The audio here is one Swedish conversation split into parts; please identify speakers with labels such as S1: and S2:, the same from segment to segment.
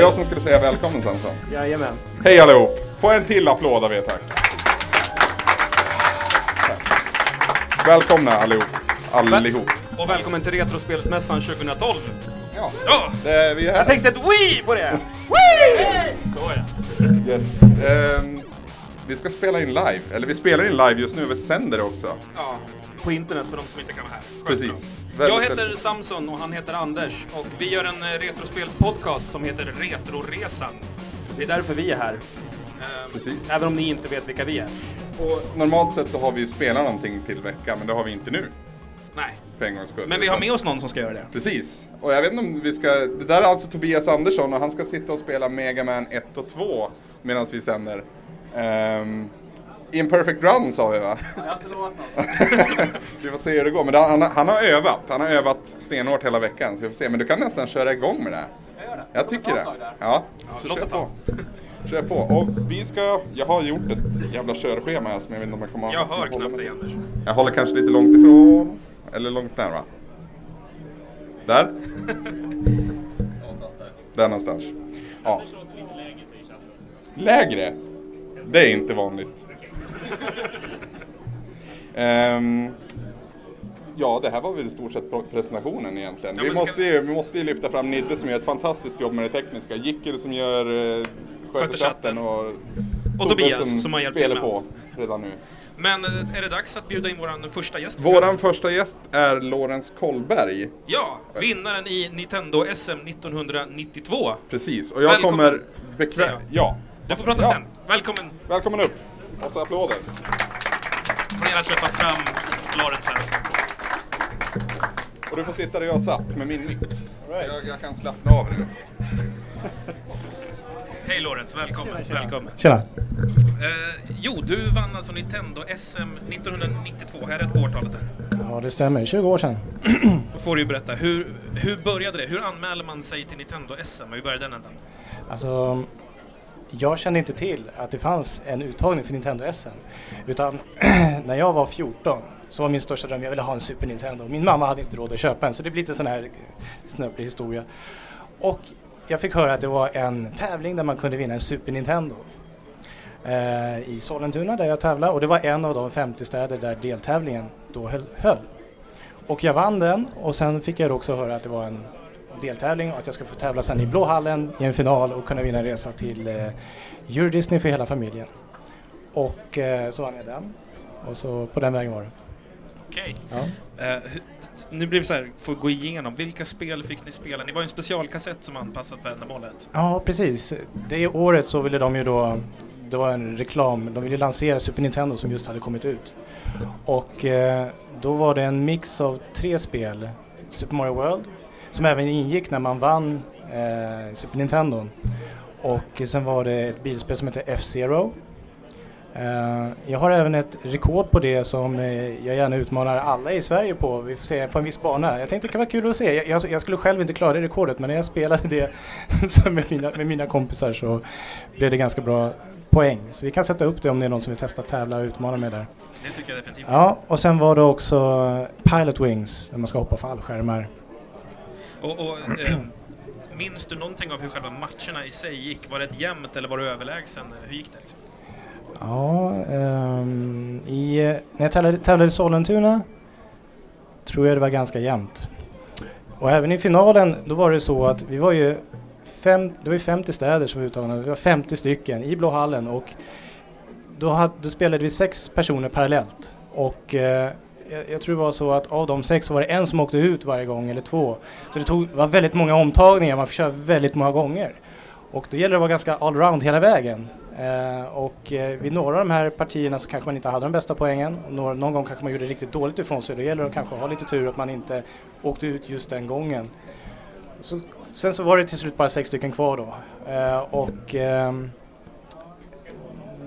S1: jag som skulle säga välkommen Svensson.
S2: Jajamän.
S1: Hej allihop! Få en till applåd av er, tack. tack. Välkomna allihop. Allihop.
S3: Och välkommen till Retrospelsmässan 2012!
S1: Ja,
S3: Ja!
S1: det är vi är
S3: Jag
S1: här.
S3: tänkte ett Wii på det! Wii! Så ja.
S1: Yes. Ehm, vi ska spela in live, eller vi spelar in live just nu, vi sänder det också.
S3: ja. På internet för de som inte kan vara här. Skönt
S1: Precis.
S3: bra.
S1: Väldigt,
S3: Jag heter
S1: väldigt.
S3: Samson och han heter Anders och vi gör en eh, retrospelspodcast som heter Retroresan. Det är därför vi är här. Ehm,
S1: Precis.
S3: Även om ni inte vet vilka vi är.
S1: Och normalt sett så har vi ju spelat någonting till vecka, men det har vi inte nu.
S3: Nej.
S1: För en gångs skull.
S3: Men vi har med oss någon som ska göra det.
S1: Precis. Och jag vet inte om vi ska... Det där är alltså Tobias Andersson och han ska sitta och spela Mega Man 1 och 2 medan vi sänder. Um, Imperfect Run sa vi va?
S2: Jag har inte lovat något.
S1: Vi får se hur det går. Men det, han, han har övat. Han har övat stenhårt hela veckan. Så vi får se. Men du kan nästan köra igång med det. här.
S2: Jag gör det.
S1: Jag tycker
S2: kommer
S1: det.
S2: ta ett tag där.
S1: Ja, så
S3: Låt
S1: kör
S3: det ta.
S1: på. Kör på. Och vi ska... Jag har gjort ett jävla körschema här som jag vet inte om jag kommer
S3: Jag hör
S1: hålla
S3: knappt
S1: mig-
S3: dig Anders.
S1: Jag håller kanske lite långt ifrån. Eller långt där va? Där? där någonstans. Ja. Lägre? Det är inte vanligt. Ehm, ja, det här var väl i stort sett pro- presentationen egentligen.
S3: Ja,
S1: vi,
S3: men ska-
S1: måste ju, vi måste ju lyfta fram Nidde som gör ett fantastiskt jobb med det tekniska. Jickel som gör eh, sköter
S3: Sköter chatten.
S1: chatten och, Tobbe
S3: Och Tobias som har hjälpt till
S1: spelar
S3: med
S1: på
S3: allt.
S1: redan nu.
S3: Men eh, är det dags att bjuda in vår första gäst?
S1: Våran första gäst är Lorenz Kollberg.
S3: Ja, vinnaren i Nintendo SM 1992.
S1: Precis, och jag
S3: Välkommen,
S1: kommer...
S3: säger
S1: Bekvä-
S3: jag.
S1: ja.
S3: Du får prata
S1: Ja.
S3: sen. Välkommen!
S1: Välkommen upp! Och så applåder.
S3: får gärna släppa fram Lorentz här också.
S1: Och du får sitta där jag satt med min mick. Så jag, jag kan slappna av nu.
S3: Hej Lorentz, välkommen. välkommen.
S4: Tjena.
S3: Eh, jo, du vann alltså Nintendo SM 1992. Här är ett årtalet där.
S4: Ja, det stämmer. 20 år sedan.
S3: Då får du ju berätta, hur, hur började det? Hur anmäler man sig till Nintendo SM? Om Vi börjar i den änden.
S4: Alltså, jag kände inte till att det fanns en uttagning för Nintendo SM. Utan när jag var 14 så var min största dröm, jag ville ha en Super Nintendo. Min mamma hade inte råd att köpa en så det blir lite sån här snöplig historia. Och jag fick höra att det var en tävling där man kunde vinna en Super Nintendo. Eh, I Sollentuna där jag tävlade och det var en av de 50 städer där deltävlingen då höll. höll. Och jag vann den och sen fick jag då också höra att det var en deltävling och att jag skulle få tävla sen i Blå hallen i en final och kunna vinna en resa till eh, Euro Disney för hela familjen. Och eh, så vann jag den. Och så på den vägen var det.
S3: Okej.
S4: Ja.
S3: Eh, hu- nu blir det så här, får gå igenom. Vilka spel fick ni spela? Ni var ju en specialkassett som var anpassad för ändamålet.
S4: Ja, precis. Det året så ville de ju då, det var en reklam, de ville lansera Super Nintendo som just hade kommit ut. Och eh, då var det en mix av tre spel, Super Mario World, som även ingick när man vann eh, Super Nintendo. Och sen var det ett bilspel som hette F-Zero. Eh, jag har även ett rekord på det som eh, jag gärna utmanar alla i Sverige på. Vi får se på en viss bana. Jag tänkte det kan vara kul att se. Jag, jag, jag skulle själv inte klara det rekordet men när jag spelade det så med, mina, med mina kompisar så blev det ganska bra poäng. Så vi kan sätta upp det om det är någon som vill testa tävla och utmana mig där.
S3: Det tycker jag definitivt.
S4: Ja, och sen var det också Pilot Wings där man ska hoppa fallskärmar.
S3: Och, och, eh, minns du någonting av hur själva matcherna i sig gick? Var det ett jämnt eller var du överlägsen? Hur gick det? Liksom?
S4: Ja, ehm, i, eh, när jag tävlade, tävlade i Sollentuna tror jag det var ganska jämnt. Och även i finalen, då var det så att vi var ju fem, det var ju 50 städer som var uttagna, vi var 50 stycken i Blå hallen och då, hade, då spelade vi sex personer parallellt. Och eh, jag, jag tror det var så att av de sex så var det en som åkte ut varje gång, eller två. Så det tog, var väldigt många omtagningar, man fick köra väldigt många gånger. Och då gäller det att vara ganska allround hela vägen. Eh, och eh, vid några av de här partierna så kanske man inte hade de bästa poängen. Och några, någon gång kanske man gjorde riktigt dåligt ifrån sig. Då gäller det att kanske ha lite tur att man inte åkte ut just den gången. Så, sen så var det till slut bara sex stycken kvar då. Eh, och ehm,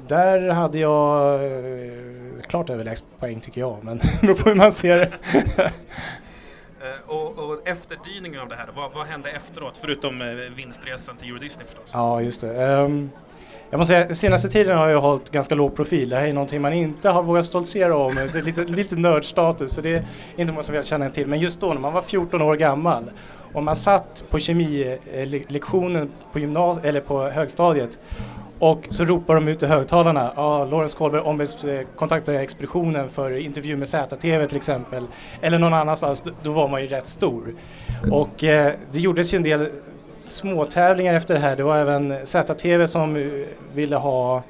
S4: där hade jag eh, klart överlägset poäng tycker jag. Men beror på hur man ser det.
S3: Eh, och, och efterdyningen av det här, vad, vad hände efteråt? Förutom eh, vinstresan till Euro Disney förstås.
S4: Ja, just det. Ehm, Jag måste säga, senaste tiden har jag hållit ganska låg profil. Det här är någonting man inte har vågat stoltsera om. Det är lite, lite nördstatus, så det är inte många som vill känna till. Men just då, när man var 14 år gammal och man satt på kemilektionen på, gymnas- eller på högstadiet och så ropar de ut i högtalarna, ja, Lorentz Kolberg ombeds eh, kontakta expeditionen för intervju med ZTV till exempel, eller någon annanstans, Då- då var man ju rätt stor. Och eh, det gjordes ju en del små tävlingar efter det här. Det var även ZTV som eh, ville ha eh,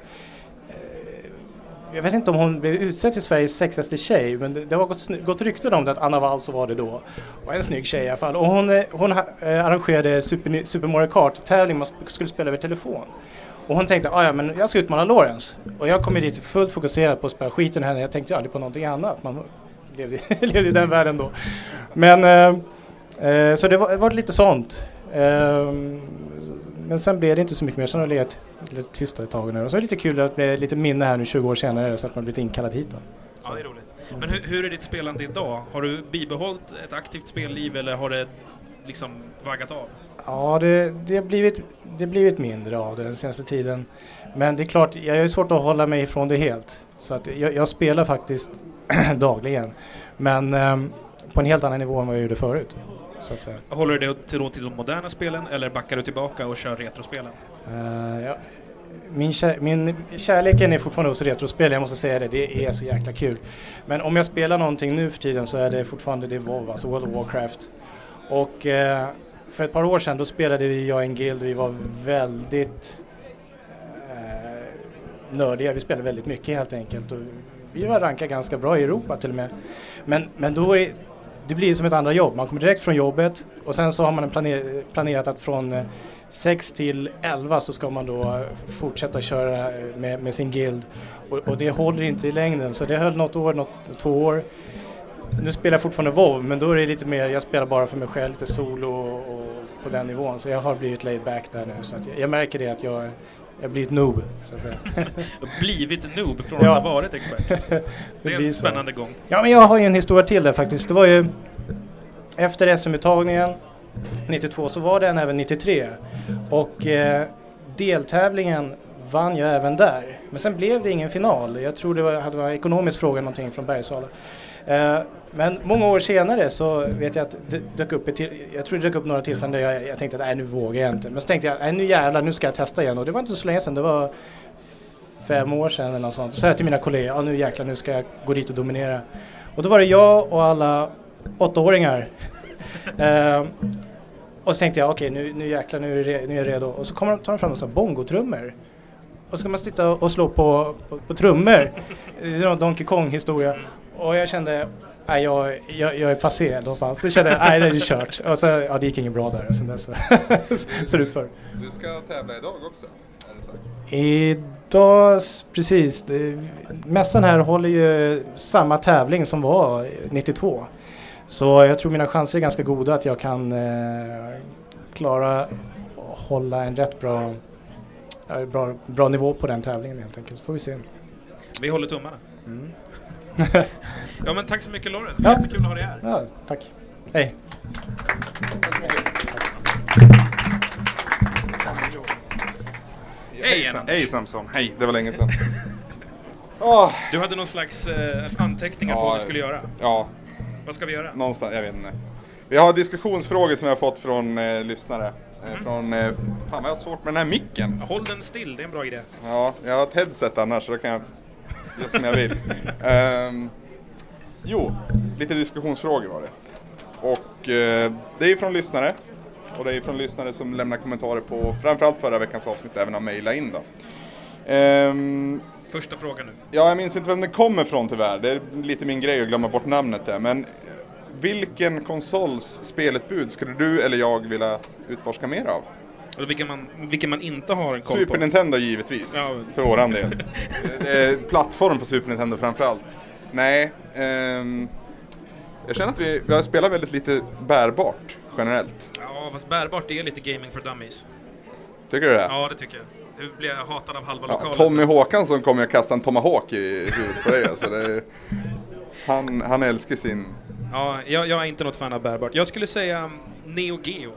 S4: jag vet inte om hon blev utsedd till Sveriges sexigaste tjej men det, det var gått, sny- gått rykten om det att Anna Wall så var det då. Och en snygg tjej i alla fall. Och hon, eh, hon ha- eh, arrangerade Super, Super Mario Kart-tävling man sp- skulle spela över telefon. Och hon tänkte, "Ah, ja men jag ska utmana Lorenz. Och jag kom ju dit fullt fokuserad på att spela skiten ur henne. Jag tänkte ju aldrig på någonting annat. Man levde, levde i den världen då. Men, eh, eh, så det var, det var lite sånt. Ehm, s- men sen blev det inte så mycket mer. Sen har det legat lite tysta ett tag nu. Och så är det lite kul att det är lite minne här nu 20 år senare så att man blivit inkallad hit då.
S3: Ja, det är roligt. Men hur, hur är ditt spelande idag? Har du bibehållit ett aktivt spelliv eller har det liksom vaggat av?
S4: Ja, det, det, har blivit, det har blivit mindre av det den senaste tiden. Men det är klart, jag har ju svårt att hålla mig ifrån det helt. Så att jag, jag spelar faktiskt dagligen. Men ehm, på en helt annan nivå än vad jag gjorde förut. Så att säga.
S3: Håller du dig till, då till de moderna spelen eller backar du tillbaka och kör retrospelen?
S4: Eh, ja. Min, kär, min kärleken är fortfarande hos retrospel, jag måste säga det. Det är så jäkla kul. Men om jag spelar någonting nu för tiden så är det fortfarande det WoW, alltså World of Warcraft. Och eh, för ett par år sedan då spelade vi, jag i en guild, vi var väldigt eh, nördiga, vi spelade väldigt mycket helt enkelt. Och vi var rankade ganska bra i Europa till och med. Men, men då är det blir som ett andra jobb, man kommer direkt från jobbet och sen så har man en planer, planerat att från eh, 6 till 11 så ska man då eh, fortsätta köra eh, med, med sin guild och, och det håller inte i längden så det höll något år, något, två år. Nu spelar jag fortfarande WoW men då är det lite mer, jag spelar bara för mig själv, lite solo och, och på den nivån så jag har blivit laid back där nu så att jag, jag märker det att jag, jag blir ett noob så att säga.
S3: Du har blivit noob från
S4: Ja.
S3: att ha varit expert. Det är
S4: blir
S3: en
S4: så.
S3: spännande gång.
S4: Ja, men jag har ju en historia till där faktiskt. Det var ju efter SM-uttagningen 92 så var den även 93 och eh, deltävlingen vann jag även där. Men sen blev det ingen final. Jag tror det var, hade varit en ekonomisk fråga någonting från Bergsala. Eh, men många år senare så vet jag att det dök upp ett till, jag tror det dök upp några tillfällen där jag, jag tänkte att nej nu vågar jag inte. Men så tänkte jag nej nu jävlar nu ska jag testa igen och det var inte så länge sedan. Det var fem år sedan eller något sånt. Så sa jag till mina kollegor, ja nu jäklar nu ska jag gå dit och dominera. Och då var det jag och alla åttaåringar. Ehm, och så tänkte jag, okej nu, nu jäklar nu är, jag re- nu är jag redo. Och så kommer de, tar de fram en bongotrummor. Och så ska man sitta och slå på, på, på trummor. Det är någon Donkey Kong-historia. Och jag kände, nej jag, jag, jag är passé någonstans. Så kände jag, nej det är kört. Och så, ja det gick inget bra där. Och sen dess så ser det ut för.
S1: Du ska tävla idag också, är det sagt.
S4: Idag, precis. det- Mässan här håller ju samma tävling som var 92. Så jag tror mina chanser är ganska goda att jag kan eh, klara att hålla en rätt bra, ja, bra, bra nivå på den tävlingen helt enkelt. Så får vi se.
S3: Vi håller tummarna.
S4: Mm.
S3: Ja, men tack så mycket Lorentz,
S4: Ja.
S3: jättekul att ha dig här.
S4: Ja, tack. Hej.
S1: Tack så mycket.
S3: Hej, Anna.
S1: Hej Samson, hej. Det var länge sedan. Ah, Åh,
S3: Du hade någon slags eh, anteckningar på
S1: Ja.
S3: vad vi skulle göra.
S1: ja,
S3: Vad ska vi göra?
S1: någonstans, jag vet inte. Vi har diskussionsfrågor som jag har fått från eh, lyssnare. Eh,
S3: Mm.
S1: Från, eh, fan vad jag har svårt med den här micken.
S3: Håll den still, det är en bra idé.
S1: Ja, jag har ett headset annars så då kan jag göra som jag vill. Ehm, jo, lite diskussionsfrågor var det. Och eh, det är från lyssnare. Och det är från lyssnare som lämnar kommentarer på framförallt förra veckans avsnitt, även har mejlat in då. Ehm,
S3: Första frågan nu.
S1: Ja, jag minns inte vem den kommer från tyvärr. Det är lite min grej att glömma bort namnet där. Men eh, vilken konsols spelutbud skulle du eller jag vilja utforska mer av?
S3: Eller vilken man, vilken man inte har en koll
S1: Super
S3: på.
S1: Nintendo givetvis,
S3: Ja.
S1: för våran del. Det är Plattform på Super Nintendo framförallt. Nej, ehm, jag känner att vi, vi har spelat väldigt lite bärbart generellt.
S3: Ja, fast bärbart, det är lite gaming för dummies.
S1: Tycker du det?
S3: Ja, det tycker jag. Nu blir jag hatad av halva
S1: Ja,
S3: lokalen.
S1: Tommy Håkansson kommer jag kasta en tomahawk i huvudet på dig. Alltså, det är, han, han älskar sin...
S3: Ja, jag, jag är inte något fan av bärbart. Jag skulle säga mm, Neo Geo.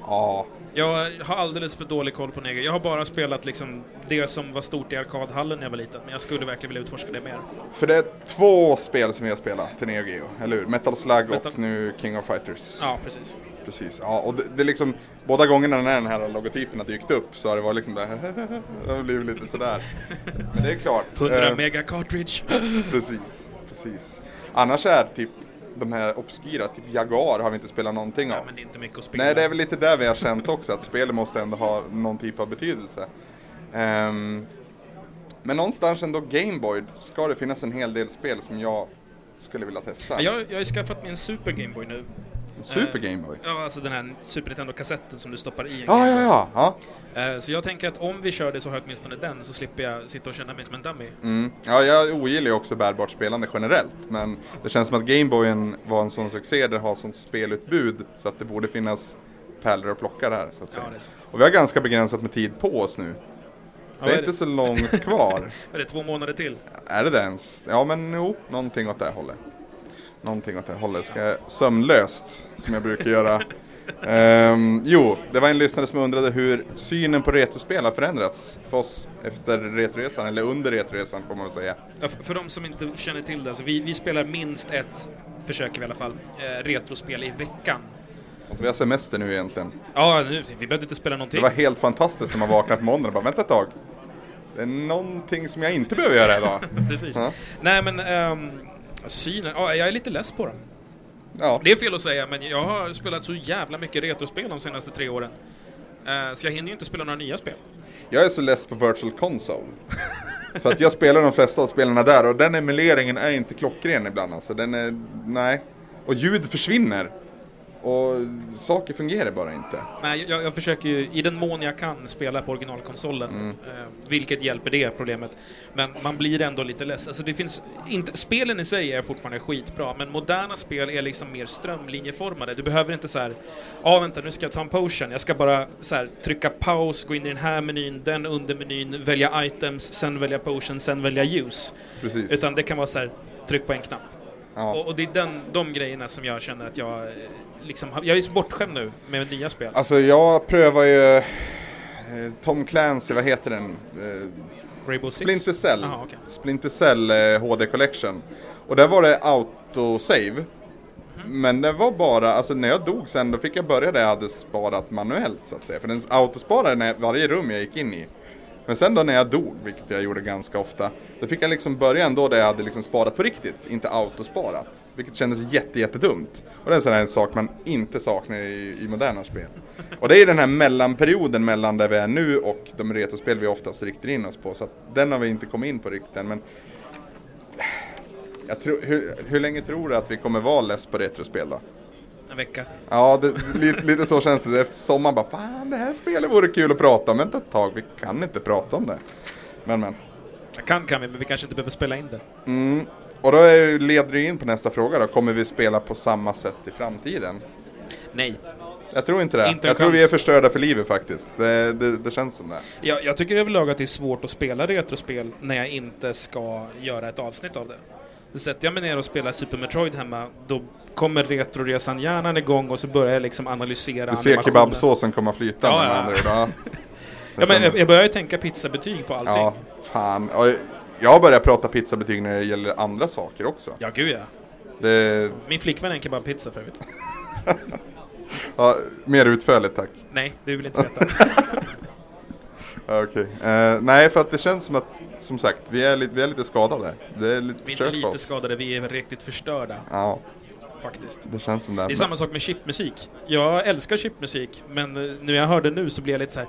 S1: Ja,
S3: Jag har alldeles för dålig koll på Neger. Jag har bara spelat liksom det som var stort i arkadhallen när jag var liten, men jag skulle verkligen vilja utforska det mer.
S1: För det är två spel som vi har spelat till Neo Geo, eller hur? Metal Slug
S3: Metal-
S1: och nu King of Fighters.
S3: Ja, precis.
S1: Precis, ja och det, det är liksom båda gångerna när den här logotypen har dykt upp så har det varit liksom det här, det blir lite sådär. Men det är klart.
S3: 100
S1: eh,
S3: mega cartridge.
S1: Precis, precis. Annars är typ de här obskyra, typ Jaguar har vi inte spelat någonting
S3: Ja,
S1: av.
S3: men det är inte mycket att spela.
S1: Nej, det är väl lite där vi har känt också, att spelet måste ändå ha någon typ av betydelse. Ehm, men någonstans ändå Gameboy ska det finnas en hel del spel som jag skulle vilja testa.
S3: Jag, jag har ju skaffat mig en Super Gameboy nu.
S1: Super Gameboy?
S3: Ja, alltså den här Super Nintendo-kassetten som du stoppar i en
S1: Ja, ja,
S3: Gameboy.
S1: ja. ja.
S3: Eh, Så jag tänker att om vi kör det så har jag åtminstone den, så slipper jag sitta och känna mig som en dummy.
S1: Mm. ja jag ogillar ju också bärbart spelande generellt, men det känns som att Gameboyen var en sån succé, den har sånt spelutbud så att det borde finnas pärlor att plocka där. Så att
S3: Ja,
S1: säga.
S3: det är sant.
S1: Och vi har ganska begränsat med tid på oss nu. Det
S3: Ja, vad
S1: är inte så långt kvar.
S3: Är det två månader till?
S1: Är det det ens? Ja men jo, någonting åt det hållet. Någonting åt det hållet. Ska jag sömnlöst, som jag brukar göra. Ehm, jo, det var en lyssnare som undrade hur synen på retrospel har förändrats för oss efter Retroresan, eller under Retroresan får man väl säga.
S3: Ja, för, för de som inte känner till det, så vi, vi spelar minst ett, försöker vi i alla fall, eh, retrospel i veckan.
S1: Alltså, vi har semester nu egentligen.
S3: Ja, nu, vi behövde inte spela
S1: Det
S3: någonting.
S1: var helt fantastiskt när man vaknade på måndagen och bara vänta ett tag. Det är någonting som jag inte behöver göra idag.
S3: Precis.
S1: Ja.
S3: Nej, men ehm, synen, ja, jag är lite less på den.
S1: Ja,
S3: Det är fel att säga, men jag har spelat så jävla mycket retrospel de senaste tre åren. Eh, så jag hinner ju inte spela några nya spel.
S1: jag är så less på Virtual Console. För att jag spelar de flesta av spelarna där och den emuleringen är inte klockren ibland alltså. Den är, nej. Och ljud försvinner. Och saker fungerar bara inte.
S3: Nej, jag, jag försöker ju i den mån jag kan spela på originalkonsolen, eh, vilket hjälper det problemet. Men man blir ändå lite less. Alltså det finns inte, spelen i sig är fortfarande skitbra, men moderna spel är liksom mer strömlinjeformade. Du behöver inte så här, ja vänta nu ska jag ta en potion, jag ska bara så här, trycka paus, gå in i den här menyn, den under menyn, välja items, sen välja potion, sen välja use.
S1: Precis.
S3: Utan det kan vara så här, tryck på en knapp.
S1: ja.
S3: Och, och det är den, de grejerna som jag känner att jag eh, liksom, har- jag är så bortskämd nu med nya spel.
S1: Alltså jag prövar ju eh, Tom Clancy, vad heter den? Eh,
S3: Rainbow Six?
S1: Splinter Cell.
S3: Aha, okej.
S1: Splinter Cell eh, HD Collection. Och där var det autosave. Men det var bara, alltså när jag dog sen då fick jag börja där jag hade sparat manuellt så att säga. För den autosparade när, varje rum jag gick in i. Men sen då när jag dog, vilket jag gjorde ganska ofta, då fick jag liksom börja ändå där jag hade liksom sparat på riktigt, inte autosparat. Vilket kändes jätte, jättedumt. Och det är en sån här sak man inte saknar i, i moderna spel. Och det är den här mellanperioden mellan där vi är nu och de retrospel vi oftast riktar in oss på. Så att den har vi inte kommit in på riktigt än. Men jag tror, hur, hur länge tror du att vi kommer vara less på retrospel då?
S3: En vecka.
S1: Ja, det, lite, lite så känns det. Efter sommaren bara, fan det här spelet vore kul att prata om. Vänta ett tag, vi kan inte prata om det. Men men.
S3: Jag kan kan vi, men vi kanske inte behöver spela in det.
S1: Och då är, leder det in på nästa fråga då. Kommer vi spela på samma sätt i framtiden?
S3: Nej.
S1: Jag tror inte det.
S3: Inte en
S1: jag tror vi är
S3: chans.
S1: förstörda för livet faktiskt. Det, det, det känns som det.
S3: Jag, jag tycker överlag att det är svårt att spela retrospel när jag inte ska göra ett avsnitt av det. Så Sätter jag mig ner och spelar Super Metroid hemma, då kommer retroresan hjärnan igång och så börjar jag liksom analysera
S1: Du ser
S3: animationen.
S1: kebabsåsen komma flytande
S3: Ja,
S1: med
S3: ja.
S1: andra ord. Ja.
S3: Ja, men
S1: känner-
S3: jag, jag börjar ju tänka pizzabetyg på allting.
S1: liksom. Ja,
S3: Ja,
S1: fan. Och Jag börjar prata pizzabetyg när det gäller andra saker också.
S3: gud ja.
S1: Det,
S3: Min flickvän är en kebabpizza för övrigt.
S1: ja, mer utförligt tack.
S3: Nej, det vill inte veta.
S1: Ja, Okej. Eh, nej, för att det känns som att, som sagt, vi är lite, vi är lite skadade. Det är lite
S3: Vi är
S1: försök
S3: inte
S1: för
S3: lite
S1: oss.
S3: skadade, vi är riktigt förstörda,
S1: Ja,
S3: faktiskt.
S1: det känns som det.
S3: Det är samma sak med chipmusik. Jag älskar chipmusik, men eh, nu när jag hörde nu så blev jag lite så här.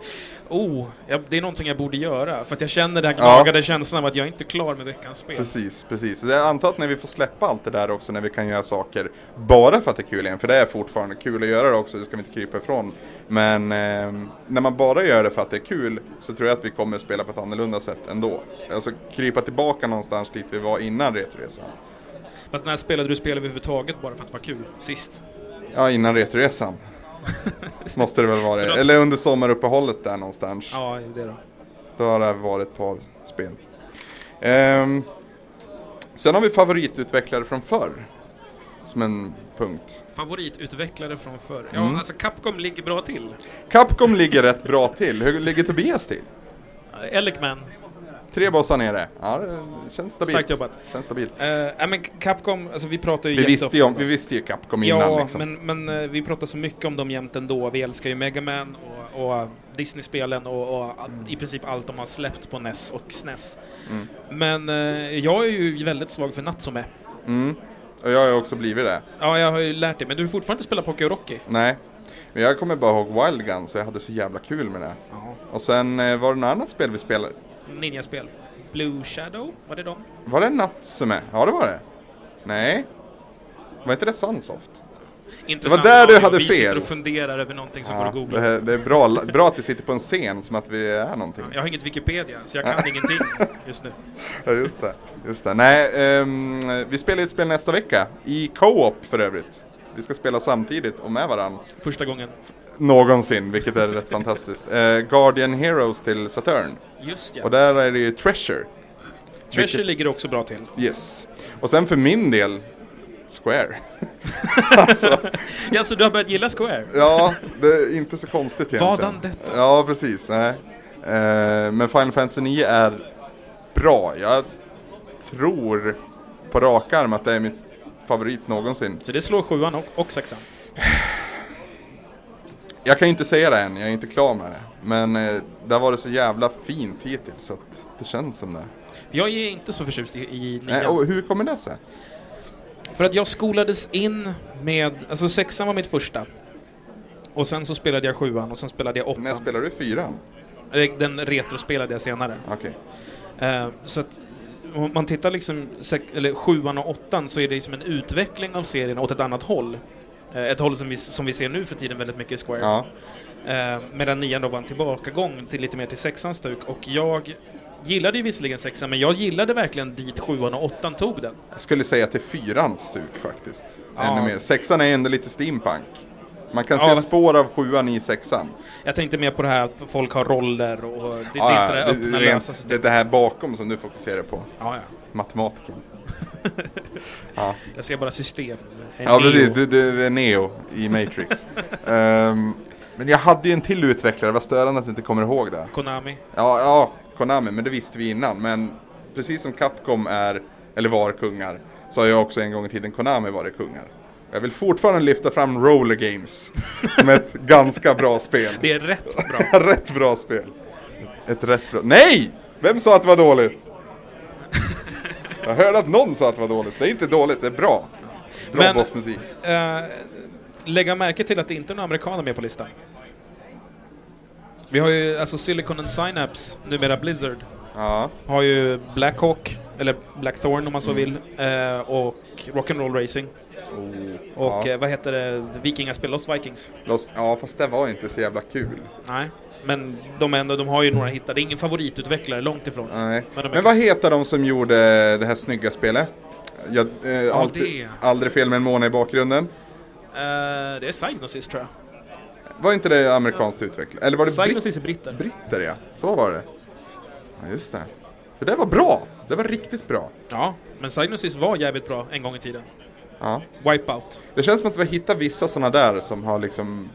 S3: Oh, jag, det är någonting jag borde göra. För att jag känner den här
S1: Ja.
S3: gnagade känslan av att jag inte är klar med veckans spel.
S1: Precis, precis. Jag antar att när vi får släppa allt det där också, när vi kan göra saker bara för att det är kul igen, för det är fortfarande kul att göra det också, det ska vi inte krypa ifrån. Men eh, när man bara gör det för att det är kul så tror jag att vi kommer att spela på ett annorlunda sätt ändå. Alltså krypa tillbaka någonstans dit vi var innan Retroresan.
S3: Fast när spelade du spel överhuvudtaget bara för att det var kul? Sist?
S1: Ja, innan Retroresan. Måste det väl vara
S3: Så då-
S1: det. Eller under sommaruppehållet där någonstans.
S3: Ja, det då.
S1: Då har det varit ett par spel. Ehm, sen har vi favoritutvecklare från förr. som en punkt.
S3: Favoritutvecklare från förr. Ja,
S1: Mm.
S3: alltså Capcom ligger bra till.
S1: Capcom ligger rätt bra till. Hur ligger Tobias till?
S3: Elicman.
S1: Tre bossar nere. Ja, det känns stabilt.
S3: Starkt jobbat.
S1: Känns stabilt.
S3: Eh, nej, men Capcom, alltså vi pratar ju
S1: Vi visste, ju,
S3: jätteofta-
S1: om- vi visste ju Capcom innan
S3: Ja,
S1: liksom.
S3: men, men eh, vi pratar så mycket om dem jämt ändå. Vi älskar ju Mega Man och, och Disney-spelen och, och all- i princip allt de har släppt på NES och SNES.
S1: Mm.
S3: Men eh, jag är ju väldigt svag för Natsume.
S1: Mm. Och jag har ju också blivit det.
S3: Ja, jag har ju lärt dig, men du har fortfarande inte spelat Poké och Rocky.
S1: Nej. Men jag kommer bara ihåg Wild Gun, så jag hade så jävla kul med det.
S3: Ja.
S1: Och sen eh, var det något annat spel vi spelade.
S3: Ninja-spel. Blue Shadow, var det dem?
S1: Var det Natsume? Ja, det var det. Nej. Var inte det Sunsoft?
S3: Intressant
S1: där du
S3: radio.
S1: hade
S3: vi
S1: fel.
S3: Vi sitter och funderar över någonting som går
S1: Ja,
S3: att
S1: det,
S3: googla.
S1: här, det är bra, bra att vi sitter på en scen, som att vi är någonting.
S3: Jag har inget Wikipedia, så jag kan ingenting just nu.
S1: Ja, just det. Just det. Nej, ehm, vi spelar ett spel nästa vecka. I co-op för övrigt. Vi ska spela samtidigt och med varandra.
S3: Första gången.
S1: Någonsin, vilket är rätt fantastiskt. Eh, Guardian Heroes till Saturn.
S3: Just
S1: Och
S3: ja.
S1: där är det ju Treasure.
S3: Treasure ligger också bra till.
S1: Yes. Och sen för min del, Square.
S3: Ja, så du har börjat gilla Square?
S1: Ja, det är inte så konstigt egentligen.
S3: Vadan detta?
S1: Ja, precis. Nej. Eh, men Final Fantasy 9 är bra. Jag tror på rak arm att det är mitt favorit någonsin.
S3: Så det slår sjuan och, och sexan.
S1: Jag kan ju inte säga det än, jag är inte klar med det. Men eh, det har varit så jävla fint hittills så att det känns som det.
S3: Jag är inte så förtjust i, i
S1: Nej,
S3: nian.
S1: och hur kommer det sig?
S3: För att jag skolades in med, alltså sexan var mitt första. Och sen så spelade jag sjuan och sen spelade jag
S1: När
S3: åttan.
S1: spelar du fyran?
S3: Eller, Den retrospelade jag senare.
S1: Okej.
S3: Eh, så att om man tittar liksom sex, eller sjuan och åttan så är det liksom en utveckling av serien åt ett annat håll. Eh, ett håll som vi, som vi ser nu för tiden väldigt mycket i Square.
S1: Ja.
S3: Eh, medan nian då var en tillbakagång till lite mer till sexans stuk och jag gillade ju visserligen sexan men jag gillade verkligen dit sjuan och åttan tog den.
S1: Jag skulle säga till fyrans stuk faktiskt.
S3: Ja.
S1: Ännu mer. Sexan är ändå lite steampunk. Man kan
S3: Ja,
S1: se
S3: fast-
S1: spår av sjuan i sexan.
S3: Jag tänkte mer på det här att folk har roller och det, det är
S1: Ah, Ja,
S3: inte det
S1: ja,
S3: öppna
S1: rent-
S3: lösa
S1: det,
S3: systemet. Ah,
S1: det här bakom som du fokuserar på.
S3: Ja, ja.
S1: Matematiken.
S3: Jag ser bara system. En E
S1: Ja
S3: neo.
S1: precis, du, du är Neo i Matrix. Ehm, men jag hade ju en till utvecklare, det var störande att jag inte kommer ihåg det.
S3: Konami.
S1: Ja, ja, Konami, men det visste vi innan. Men precis som Capcom är, eller var kungar, så har jag också en gång i tiden Konami varit kungar. Jag vill fortfarande lyfta fram Roller Games, som är ett ganska bra spel.
S3: Det är rätt bra.
S1: rätt bra spel. Ett rätt bra... Nej! Vem sa att det var dåligt? Jag hörde att någon sa att det var dåligt. Det är inte dåligt, det är bra. Bra
S3: Men-
S1: bossmusik.
S3: Eh, lägga märke till att det inte är några amerikaner med på listan. Vi har ju alltså Silicon and Synapse, numera Blizzard,
S1: Ja,
S3: har ju Blackhawk, eller Blackthorn om
S1: Mm.
S3: man så vill, eh, och Rock'n'Roll Racing.
S1: Oh. ja.
S3: Och eh, vad heter det, Vikingaspel, Lost Vikings.
S1: Lost- ja, fast det var inte så jävla kul.
S3: Nej, men de, är ändå, de har ju
S1: Mm.
S3: några hittar. Det är ingen favoritutvecklare, långt ifrån.
S1: Nej.
S3: Men de är
S1: Men vad heter de som gjorde det här snygga spelet? Jag, eh, alltid,
S3: det.
S1: aldrig fel med en måne i bakgrunden.
S3: Eh, det är Psygnosis tror jag.
S1: Var inte det amerikanskt utvecklat? Eller var det britt,
S3: Psygnosis är britter.
S1: britter? Ja, så var det. Ja, just det. Så det var bra. Det var riktigt bra.
S3: Ja, men Psygnosis var jävligt bra en gång i tiden.
S1: Ja.
S3: Wipeout.
S1: Det känns som att vi hittar vissa sådana där som har liksom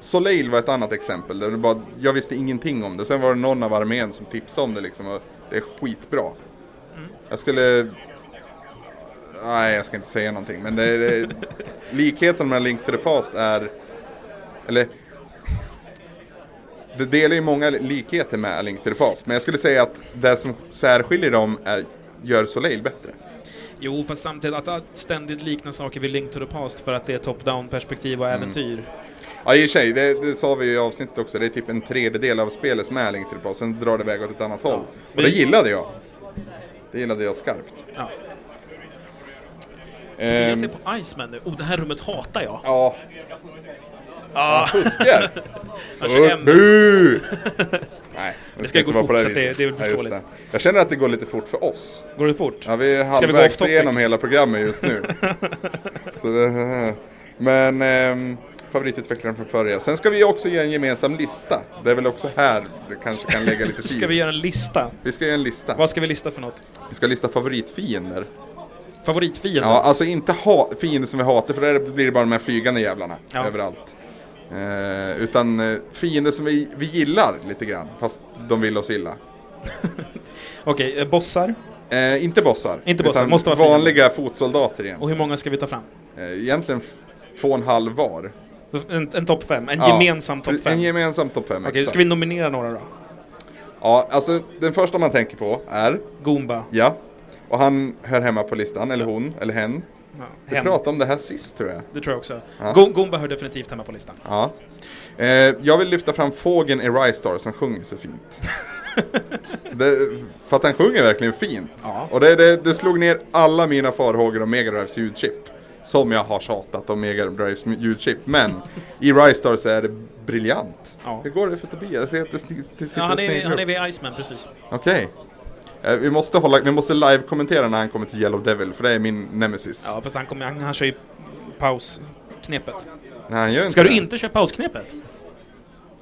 S1: Soleil var ett annat exempel, där det bara, jag visste ingenting om det. Sen var det någon av armén som tipsade om det liksom, och det är skitbra. Jag skulle... Nej, jag ska inte säga någonting, men det, det, likheten med Link to the Past är... Eller... Det delar ju många likheter med Link to the Past, men jag skulle säga att det som särskiljer dem är, gör Soleil bättre.
S3: Jo, fast samtidigt att- att ständigt likna saker vid Link to the Past för att det är top-down perspektiv
S1: Mm.
S3: och äventyr.
S1: Ja i och för sig, det, det sa vi ju i avsnittet också, det är typ en tredjedel av spelet som är Link to the Past, sen drar det iväg åt ett annat håll. Och
S3: men-
S1: det gillade jag. Det gillade jag skarpt.
S3: Ja.
S1: Ehm,
S3: Jag ser på Iceman nu. Oh, det här rummet hatar jag.
S1: ja,
S3: Ah, alltså,
S1: fuskar!
S3: jag kör hem.
S1: Bu! Nej, det
S3: ska
S1: inte
S3: gå
S1: vara på
S3: fort, så
S1: här
S3: att det-
S1: viset.
S3: det är väl
S1: Ja, just
S3: förståeligt.
S1: det. Jag känner att det går lite fort för oss.
S3: Går det fort?
S1: Ja, vi är
S3: Ska vi gå off
S1: halvvägs
S3: topic?
S1: igenom hela programmet just nu. Så det, men ehm, favoritutvecklaren från förra. ja. Sen ska vi också ge en gemensam lista. Det är väl också här det kanske kan lägga lite tid.
S3: Ska vi göra en lista?
S1: Vi ska göra en lista.
S3: Vad ska vi lista för något?
S1: Vi ska lista favoritfiender.
S3: Favoritfiende?
S1: Ja, alltså inte ha- fiender som vi hatar, för där blir det bara de här flygande jävlarna
S3: Ja.
S1: överallt. Eh, utan eh, fiender som vi, vi gillar lite grann, fast de vill oss illa.
S3: Okej, eh, bossar.
S1: Eh, inte bossar,
S3: Inte bossar,
S1: utan
S3: måste vara fiender.
S1: vanliga fotsoldater igen.
S3: Och hur många ska vi ta fram?
S1: Eh, egentligen f- två och en halv var.
S3: En, en topp fem, en
S1: Ja.
S3: gemensam topp fem.
S1: En
S3: Okej,
S1: gemensam topp fem. exakt.
S3: ska vi nominera några då?
S1: Ja, alltså den första man tänker på är,
S3: Goomba.
S1: ja, och han hör hemma på listan, eller hon, eller hen.
S3: Ja,
S1: Vi
S3: hen.
S1: pratade om det här sist tror jag.
S3: Det tror jag också.
S1: Ja.
S3: Go- Goomba hör definitivt hemma på listan.
S1: Ja. Eh, jag vill lyfta fram fågeln i Rystar som sjunger så fint. det, för att han sjunger verkligen fint.
S3: Ja.
S1: Och det, det, det slog ner alla mina farhågor om Mega Drives ljudchip. Som jag har tjatat om Mega Drives ljudchip. Men i Rystar så är det briljant.
S3: Ja.
S1: Hur går det för Tobias? Jag ser att det sni- det sitter
S3: Ja,
S1: och
S3: han, är,
S1: sneglar
S3: han är
S1: upp.
S3: vid Iceman precis.
S1: Okej. Eh, vi måste, hålla- vi måste live-kommentera när han kommer till Yellow Devil, för det är min nemesis.
S3: Ja, fast han, kommer, han, han kör ju pausknepet.
S1: Nej, han gör inte
S3: Ska
S1: det.
S3: du inte köra pausknepet?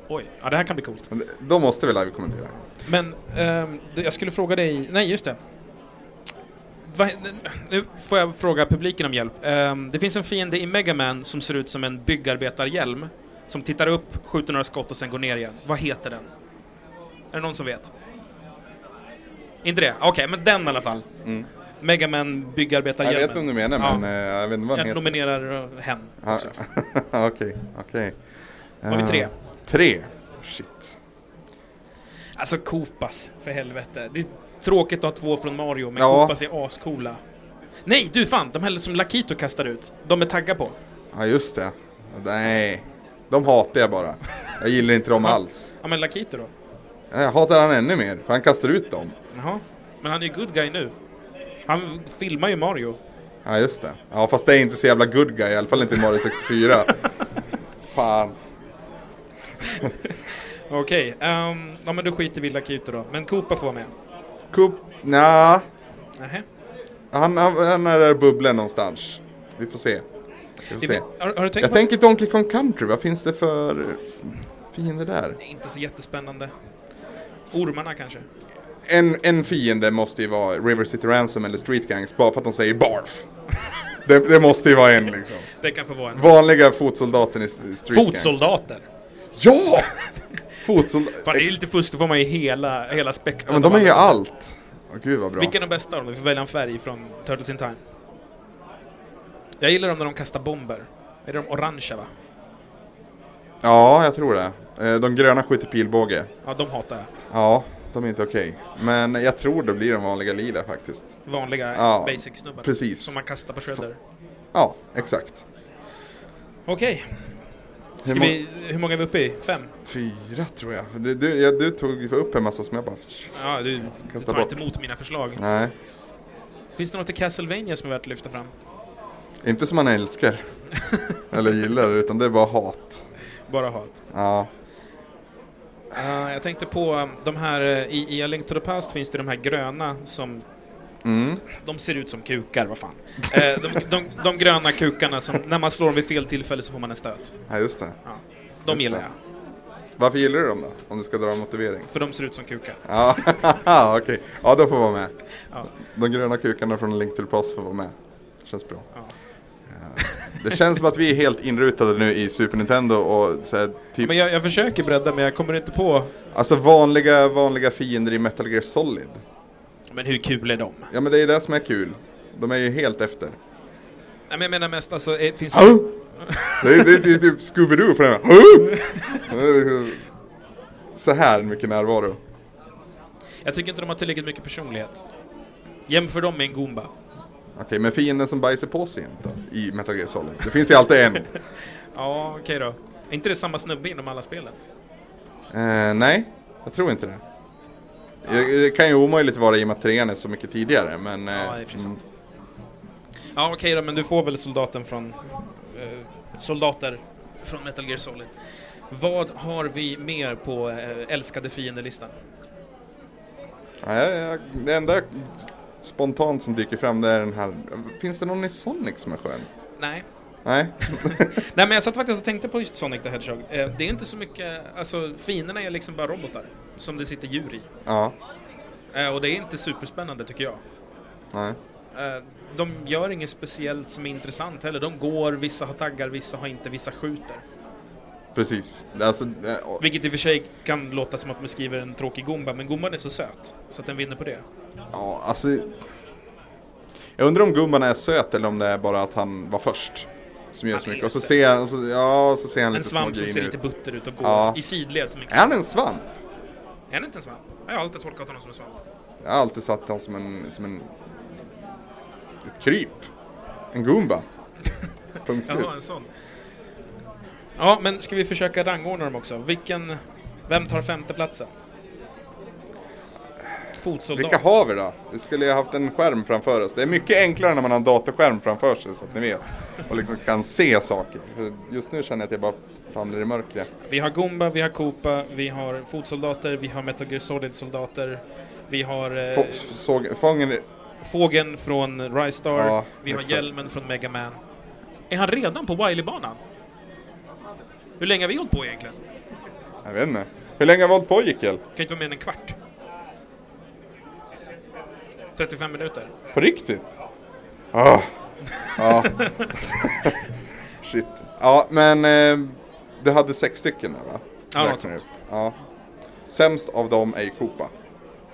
S3: Oj, ja det här kan bli coolt.
S1: Då måste vi live-kommentera.
S3: Men ehm, det- jag skulle fråga dig... Nej, just det. Va, nu får jag fråga publiken om hjälp. Ehm, det finns en fiende i Mega Man som ser ut som en byggarbetarhjälm. Som tittar upp, skjuter några skott och sen går ner igen. Vad heter den? Är det någon som vet? Inte det? Okej, men den i alla fall.
S1: Mm.
S3: Mega Man
S1: Jag
S3: byggarbetarhjälmen.
S1: vet vem du menar,
S3: Ja.
S1: men eh, jag vet inte vad han
S3: Jag
S1: heter.
S3: nominerar eh, hen.
S1: Ja,
S3: också.
S1: Okej, okej.
S3: Har vi tre?
S1: Eh, Tre? Shit.
S3: Alltså Koopas, för helvete. Det är tråkigt att ha två från Mario, men
S1: Ja.
S3: Koopas är ascoola. Nej, du fan! De här som Lakito kastar ut, de är taggar på.
S1: Ja, just det. Nej, de hatar jag bara. Jag gillar inte dem alls.
S3: Ja, men Lakito då?
S1: Jag hatar han ännu mer, för han kastar ut dem.
S3: Jaha. Men han är ju good guy nu. Han filmar ju Mario.
S1: Ja, just det. Ja, fast det är inte så jävla good guy, i alla fall inte i Mario 64. Fan.
S3: Okej, ehm, ja men då skiter vi i Lakito då. Men Koopa får vara med.
S1: Kupp... Nja,
S3: Nähä.
S1: han, han, han är där i bubblan någonstans. Vi får se. Vi får
S3: Det-
S1: se.
S3: Har, har du tänkt
S1: Jag
S3: på att
S1: tänker Donkey Kong Country, vad finns det för fiender där?
S3: det är inte så jättespännande? Ormarna kanske?
S1: En, en fiende måste ju vara River City Ransom eller Street Gangs bara för att de säger barf. Det, det måste ju vara en liksom.
S3: Det kan få vara en.
S1: Vanliga fotsoldaten i s- Street Gangs.
S3: Fotsoldater!
S1: Ja! Fotsoldater.
S3: Fan, det är lite fusk, då får man ju hela, hela spektrat.
S1: Ja, men
S3: av
S1: de är ju
S3: alla som-
S1: allt. Åh, gud vad bra.
S3: Vilken är bäst av dem? Vi får välja en färg från Turtles in Time. Jag gillar dem när de kastar bomber. Är det de orangea va?
S1: Ja, jag tror det. Eh, De gröna skjuter pilbåge.
S3: Ja, de hatar jag.
S1: Ja, de är inte okej. Men jag tror det blir de vanliga lila faktiskt.
S3: Vanliga
S1: Ja,
S3: basic-snubbar.
S1: precis.
S3: Som man kastar på shredder.
S1: Ja, exakt.
S3: Okej. Ska
S1: Hur må-
S3: vi... Hur många är vi uppe i? Fem?
S1: Fyra tror jag. Du, du, jag, du tog upp en massa som jag bara...
S3: Ja, du, du
S1: Kasta
S3: tar
S1: bort.
S3: inte emot mina förslag.
S1: Nej,
S3: Finns det något i Castlevania som är värt att lyfta fram?
S1: inte som man älskar. Eller gillar, utan det är bara hat.
S3: Bara hat.
S1: Ja,
S3: Eh, jag tänkte på um, de här... eh, I, I A Link to the Past finns det de här gröna som
S1: mm.
S3: De ser ut som kukar, vad fan. Eh, de, de, de gröna kukarna, som, när man slår dem vid fel tillfälle så får man en stöt.
S1: ja just det.
S3: De
S1: Just
S3: gillar
S1: det.
S3: jag,
S1: Varför gillar du dem då? Om du ska dra en motivering.
S3: för de ser ut som kukar.
S1: Ja, okej. Ja, de får vara med.
S3: Ja.
S1: De gröna kukarna från Link till Pass får vara med. Känns bra.
S3: Ja.
S1: Ja. Det känns som att vi är helt inrutade nu i Super Nintendo och så här, typ,
S3: Men jag, jag försöker bredda, men jag kommer inte på...
S1: alltså vanliga, vanliga fiender i Metal Gear Solid.
S3: Men hur kul är de?
S1: Ja men det är det som är kul. De är ju helt efter.
S3: Nej, men jag menar mest alltså, eh, finns det...
S1: Huh? Det är, det är, det är typ Scooby-Doo på den här. Huh? Det är liksom Så här mycket närvaro.
S3: Jag tycker inte de har tillräckligt mycket personlighet. Jämför dem med en Goomba.
S1: Okej, men fienden som bajsar på sig inte i Metal Gear Solid. Det finns ju alltid en.
S3: Ja, okej då. Är inte det samma snubbe inom alla spelen?
S1: Eh, nej, jag tror inte det. Det det kan ju omöjligt vara i och med att trean är så mycket tidigare, men... eh,
S3: Ja, det är i och för sig
S1: mm,
S3: sant. Ja, okej då, men du får väl soldaten från... Eh, soldater från Metal Gear Solid. Vad har vi mer på eh, älskade fiendelistan?
S1: mm. ja, jag- jag- det enda spontant som dyker fram det är den här... Finns det någon i Sonic som är skön?
S3: Nej.
S1: Nej?
S3: Nej, men jag satt faktiskt och tänkte på just Sonic the Hedgehog. Eh, det är inte så mycket... Alltså, fienderna är liksom bara robotar som det sitter djur i.
S1: Ja.
S3: Eh, och det är inte superspännande, tycker jag.
S1: Nej.
S3: Eh, de gör inget speciellt som är intressant heller. De går, vissa har taggar, vissa har inte, vissa skjuter.
S1: Precis. Alltså, eh, och-
S3: Vilket i och för sig kan låta som att man skriver en tråkig gomba, men gomban är så söt så att den vinner på det.
S1: ja, alltså, jag undrar om gumman är söt eller om det är bara att han var först. Som gör
S3: Han
S1: så
S3: är
S1: mycket. Och så
S3: söt.
S1: ser, och så, ja, och så ser han
S3: En
S1: lite
S3: svamp som
S1: smågrinig
S3: ser
S1: ut.
S3: lite butter ut och går
S1: Ja.
S3: i sidled så mycket.
S1: Är han en svamp?
S3: Är han inte en svamp? Jag har alltid tolkat honom som en svamp.
S1: Jag har alltid satt han som en... Som en ett kryp. En gumba. Punkt slut.
S3: Jaha, en sån. Ja, men ska vi försöka rangordna dem också? Vilken... Vem tar femte platsen? Fotsoldat.
S1: Vilka har vi då? Vi skulle ju ha haft en skärm framför oss. Det är mycket enklare när man har en datorskärm framför sig så att ni vet. Och liksom kan se saker. För Just nu känner jag att jag bara famlar i mörkret.
S3: Vi har Gumba, vi har Koopa, vi har fotsoldater, vi har Metal Gear Solid-soldater, vi har eh,
S1: Få- såg- Fången...
S3: fågeln från Rise Star,
S1: Ja,
S3: vi har
S1: exakt.
S3: hjälmen från Mega Man. Är han redan på Wily-banan? Hur länge har vi hållit på egentligen?
S1: Jag vet inte. Hur länge har vi hållit på Jikel?
S3: Kan inte vara mer än en kvart. 35 minuter.
S1: På riktigt? Ah. Ja. Shit. Ja, men eh, du hade sex stycken där va?
S3: Ja, något
S1: Räknar du
S3: sånt.
S1: upp. Ja. Sämst av dem är ju Koopa.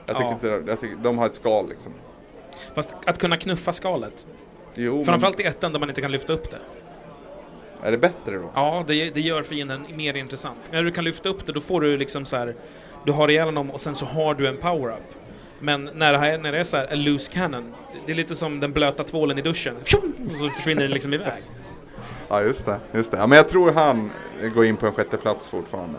S1: Jag tycker
S3: Ja.
S1: inte, det- jag tycker, de har ett skal liksom.
S3: Fast att kunna knuffa skalet.
S1: Jo, men
S3: Framförallt i ettan där man inte kan lyfta upp det.
S1: är det bättre då?
S3: Ja, det, det gör fienden mer intressant. När du kan lyfta upp det, då får du liksom så här... Du har ihjäl honom och sen så har du en power-up. Men när det, här, när det är så här, en loose cannon, det, det är lite som den blöta tvålen i duschen. Fjum! Och så försvinner den liksom iväg.
S1: Ja, just det. Just det. Ja, men jag tror han går in på en sjätte plats fortfarande.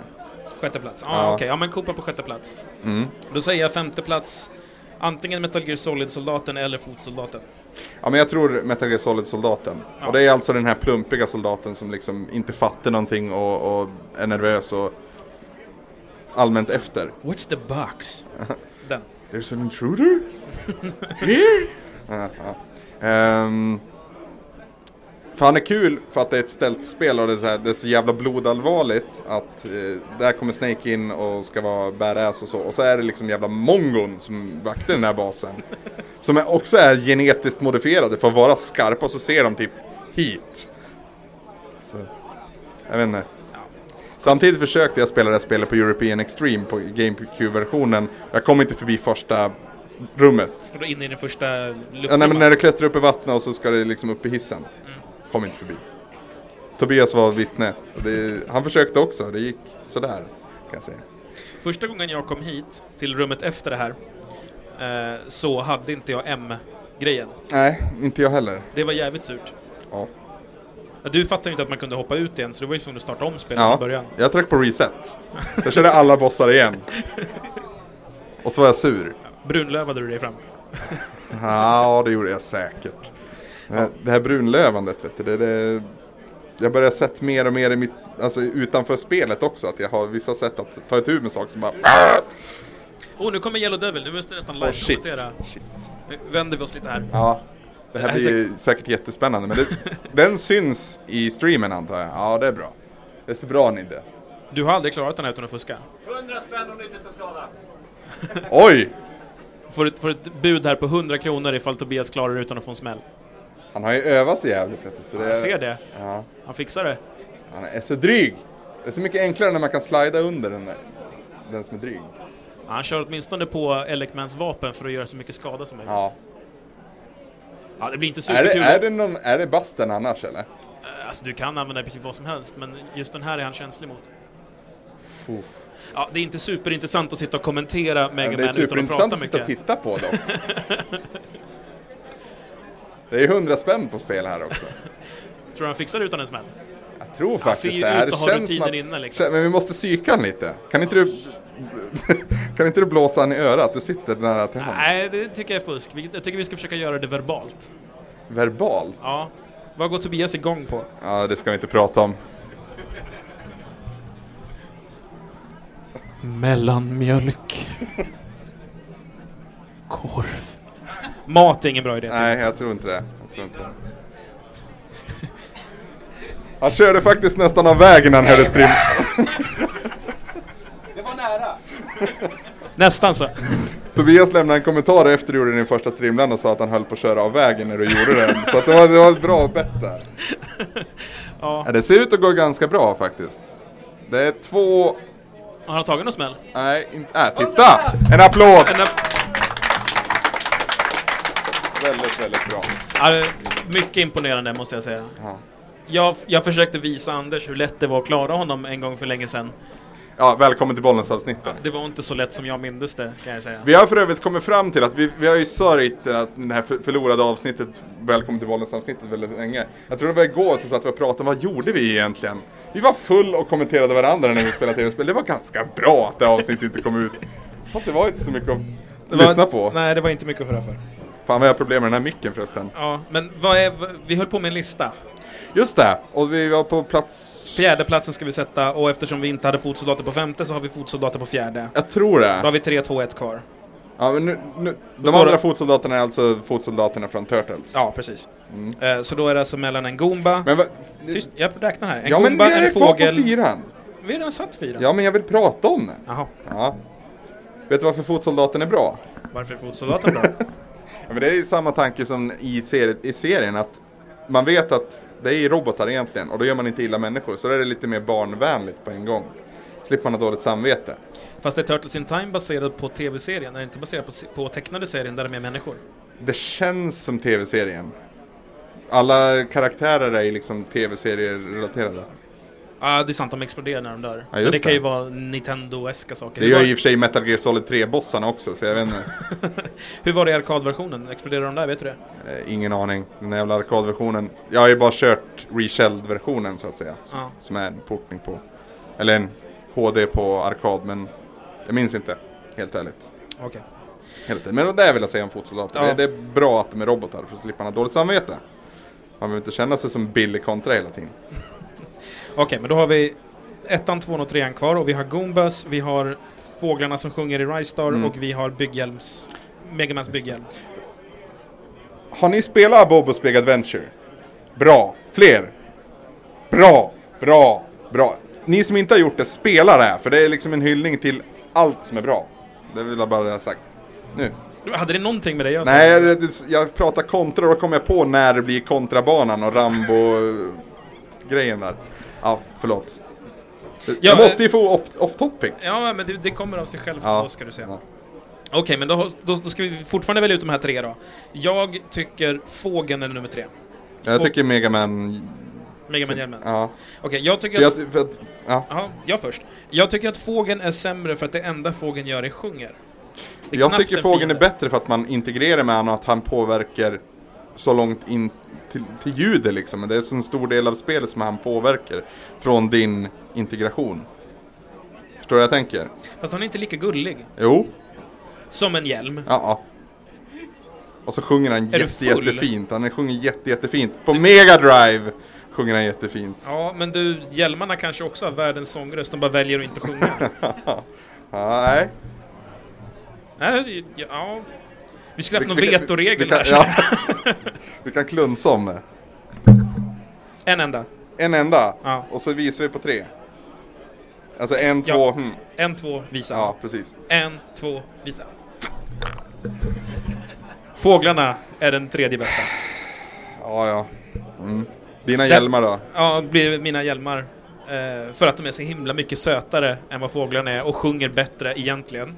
S3: Sjätte plats. Ah,
S1: Ja.
S3: Okej, ja men Koopa på sjätte plats.
S1: Mm.
S3: Då säger jag femte plats, antingen Metal Gear Solid-soldaten eller fotsoldaten.
S1: Ja, men jag tror Metal Gear Solid-soldaten.
S3: Ja.
S1: Och det är alltså den här plumpiga soldaten som liksom inte fattar någonting och, och är nervös och allmänt efter.
S3: What's the box? Den.
S1: There's an intruder? Here? Ja, ja. Ehm, för han är kul för att det är ett ställt spel och det är så, här, det är så jävla blodallvarligt att eh, där kommer Snake in och ska vara badass och så. Och så är det liksom jävla mongon som vaktar den här basen. som är, också är genetiskt modifierade för att vara skarpa och så ser de typ hit. Så, jag vet inte. Samtidigt försökte jag spela det här spelet på European Extreme på GameCube-versionen. Jag kom inte förbi första rummet.
S3: Och då in i den första
S1: Ja, nej, men
S3: luftgumman.
S1: när du klättrar upp i vattnet och så ska det liksom upp i hissen. Kom inte förbi. Tobias var vittne. Och det, han försökte också, det gick sådär. Kan jag säga.
S3: Första gången jag kom hit till rummet efter det här eh, så hade inte jag M-grejen.
S1: Nej, inte jag heller.
S3: Det var jävligt surt.
S1: Ja.
S3: Ja, Du fattade ju inte att man kunde hoppa ut igen så du var ju tvungen att starta om spelet från
S1: Ja,
S3: början.
S1: jag tryckte på reset. Jag körde alla bossar igen. Och så var jag sur.
S3: Brunlövade du dig fram.
S1: Ja, det gjorde jag säkert. Det här- Det här brunlövandet, vet du, det, det, jag börjar sett mer och mer i mitt, alltså utanför spelet också, att jag har vissa sätt att ta itu med saker som bara...
S3: Åh, oh, nu kommer Yellow Devil, nu måste jag nästan
S1: Åh, shit.
S3: live-kommentera.
S1: shit.
S3: Nu vänder vi oss lite här.
S1: Ja. Det
S3: Det
S1: här
S3: här är
S1: blir ju säkert jättespännande, men det, den syns i streamen antar jag. Ja, det är bra. Det är så bra ni det.
S3: Du har aldrig klarat den här utan att fuska.
S2: 100 spänn om du inte tar skada.
S1: Oj!
S3: Får ett, får ett bud här på 100 kronor ifall Tobias klarar det utan att få en smäll.
S1: Han har ju övat sig jävligt, vet du. Så det,
S3: Jag ser det.
S1: Eh, Ja.
S3: Han fixar det.
S1: Han är så dryg. Det är så mycket enklare när man kan slida under den, där, den som är dryg.
S3: Ja, Han kör åtminstone på Elecmans vapen för att göra så mycket skada som möjligt.
S1: Ja.
S3: Ja, det blir inte
S1: Är det,
S3: superkul.
S1: är, det någon, är det basten annars eller?
S3: Alltså, du kan använda i princip vad som helst, men just den här är han känslig mot.
S1: Uff.
S3: Ja, det är inte superintressant att sitta och kommentera Mega
S1: Men det är
S3: Man utan att prata
S1: superintressant att sitta och
S3: mycket.
S1: titta på dem. Det är ju hundra spänn på spel här också.
S3: Tror du han fixar det utan en smäll?
S1: Jag tror
S3: Han
S1: faktiskt
S3: ser ju
S1: det. här
S3: ut att ha
S1: känns som
S3: rutiner
S1: att-
S3: inne liksom.
S1: Men vi måste psyka han lite. Kan inte du... kan inte du blåsa han i örat? Du sitter nära till hans.
S3: Nej, det tycker jag är fusk. Vi- Jag tycker vi ska försöka göra det verbalt.
S1: Verbal?
S3: Ja. Vad går Tobias igång på?
S1: Ja, det ska vi inte prata om.
S3: Mellanmjölk. Korv. Mat är ingen bra idé. typ. tycker jag.
S1: Nej, jag tror inte det. Jag tror inte det. Han körde faktiskt nästan av vägen när han hörde stream.
S2: Det var nära.
S3: Nästan så.
S1: Tobias lämnade en kommentar efter du gjorde din första streamland och sa att han höll på att köra av vägen när du gjorde den. Så att det, var, det var ett bra bett där.
S3: Ja.
S1: Ja, det ser ut att gå ganska bra faktiskt. Det är två...
S3: Har han tagit någon smäll?
S1: Nej, inte... Äh, titta! En applåd!
S3: En,
S1: Väldigt, väldigt bra.
S3: ja, mycket imponerande måste jag säga.
S1: Ja.
S3: Jag, jag försökte visa Anders hur lätt det var att klara honom en gång för länge sedan.
S1: Ja, välkommen till Bollnäs-avsnittet.
S3: Det var inte så lätt som jag mindes det, kan jag säga.
S1: Vi har för övrigt kommit fram till att vi, vi har ju sörjt eh, att det här för- förlorade avsnittet, Välkommen till Bollnäs-avsnittet, väldigt länge. Jag tror det var igår så satt vi och pratade, vad gjorde vi egentligen? Vi var full och kommenterade varandra när vi spelade tv-spel. Det var ganska bra att det här avsnittet inte kom ut. För att Det var inte så mycket
S3: Det
S1: att
S3: var-
S1: lyssna på.
S3: Nej, det var inte mycket att höra för.
S1: Fan vad jag har problem med den här micken förresten.
S3: Ja, men vad är, vad- vi höll på med en lista.
S1: Just det, och vi var på plats...
S3: Fjärde platsen ska vi sätta och eftersom vi inte hade fotsoldater på femte så har vi fotsoldater på fjärde.
S1: Jag tror
S3: Då har
S1: det.
S3: vi 3, 2, 1 kvar.
S1: Ja, men nu, nu, de
S3: står
S1: andra
S3: det-
S1: fotsoldaterna är alltså fotsoldaterna från Turtles.
S3: Ja, precis. Eh, Så då är det alltså mellan en Goomba...
S1: Mm. Men vad...
S3: Tyst, jag räknar här. En
S1: Ja men vi
S3: Goomba, en
S1: är kvar på
S3: fågel...
S1: fyran.
S3: Vi har redan satt fyra.
S1: Ja men jag vill prata om det.
S3: Jaha,
S1: Ja. Vet du varför fotsoldaten är bra?
S3: varför är fotsoldaten bra?
S1: Ja, men det är ju samma tanke som i, seri- i serien att man vet att det är robotar egentligen och då gör man inte illa människor så då är det lite mer barnvänligt på en gång. Slipper man ha dåligt samvete.
S3: Fast är Turtles in Time baserad på tv-serien? Är det inte baserad på, se- på tecknade serien där det är mer människor?
S1: Det känns som tv-serien. Alla karaktärer är ju liksom tv-serier-relaterade.
S3: Ja, ah, det är sant, de exploderar när de dör. Men
S1: just
S3: det kan ju
S1: det.
S3: vara Nintendo-eska saker.
S1: Det
S3: hur,
S1: gör
S3: var,
S1: i och för sig Metal Gear Solid 3-bossarna också så jag vet inte.
S3: hur var det i arkadversionen? Exploderar de där, vet du det?
S1: Eh, Ingen aning. Den här jävla arkadversionen. Jag har ju bara kört reshelled-versionen så att säga.
S3: Ja.
S1: Som är en portning på, eller en HD på arkad men jag minns inte. Helt ärligt.
S3: Okej.
S1: Helt ärligt. Men det där vill jag säga om fotsoldater.
S3: Ja.
S1: Det, det är bra att de är robotar för att slippa ha dåligt samvete. Man behöver inte känna sig som Billy kontra hela tiden.
S3: Okej, men då har vi ettan, tvåan och trean kvar och vi har Goombas, vi har fåglarna som sjunger i Rise Star
S1: Mm.
S3: och vi har Bygghjälms... Megamans bygghjälm.
S1: Har ni spelat Bobos Big Adventure? Bra! Fler! Bra! Bra! Bra! Ni som inte har gjort det, spela det här för det är liksom en hyllning till allt som är bra. Det vill jag bara ha sagt. Nu.
S3: Hade det någonting med det jag sa?
S1: Nej, det- det- jag pratar kontra och då kommer jag på när det blir kontrabanan och Rambo-grejen där. Ja, förlåt. Jag
S3: Ja,
S1: måste ju få off- off topic.
S3: Ja, men det, det kommer av sig självt
S1: Ja.
S3: då, ska du se.
S1: Ja.
S3: Okej, men då, har- då, då ska vi fortfarande välja ut de här tre då. Jag tycker fågeln är nummer tre.
S1: Jag tycker Mega Man...
S3: Megaman-hjälmen. Okej,
S1: Ja.
S3: jag tycker
S1: För
S3: att...
S1: jag, för att, ja.
S3: Jaha, jag först. Jag tycker att fågeln är sämre för att det enda fågeln gör är sjunger. Det är
S1: jag
S3: knappt
S1: tycker
S3: en
S1: fågeln
S3: fiende.
S1: är bättre för att man integrerar med honom och att han påverkar så långt in till, till ljudet liksom. Men det är så en stor del av spelet som han påverkar från din integration. Förstår du vad jag tänker?
S3: Fast han är inte lika gullig.
S1: Jo,
S3: Som en hjälm.
S1: Ja. ja. Och så sjunger han
S3: du
S1: jätte,
S3: full?
S1: jättefint. Han sjunger jätte, jättefint. På Mega Drive sjunger han jättefint.
S3: Ja, men du, hjälmarna kanske också har världens sångröst, de bara väljer att inte sjunga.
S1: Ja, nej.
S3: Nej, ja... Vi skulle haft någon
S1: Vi- vi- vi
S3: vetoregel
S1: kan-
S3: där.
S1: ja. Vi kan klunsa om det.
S3: En enda.
S1: En enda.
S3: Ja.
S1: Och så visar vi på tre. Alltså en,
S3: Ja.
S1: två, hmm.
S3: En, två, visa.
S1: Ja, precis.
S3: En, två, visa. Fåglarna är den tredje bästa.
S1: Ja, ja. Mm. Dina hjälmar då?
S3: Ja, blir mina hjälmar. Eh, för att de är så himla mycket sötare än vad fåglarna är och sjunger bättre egentligen.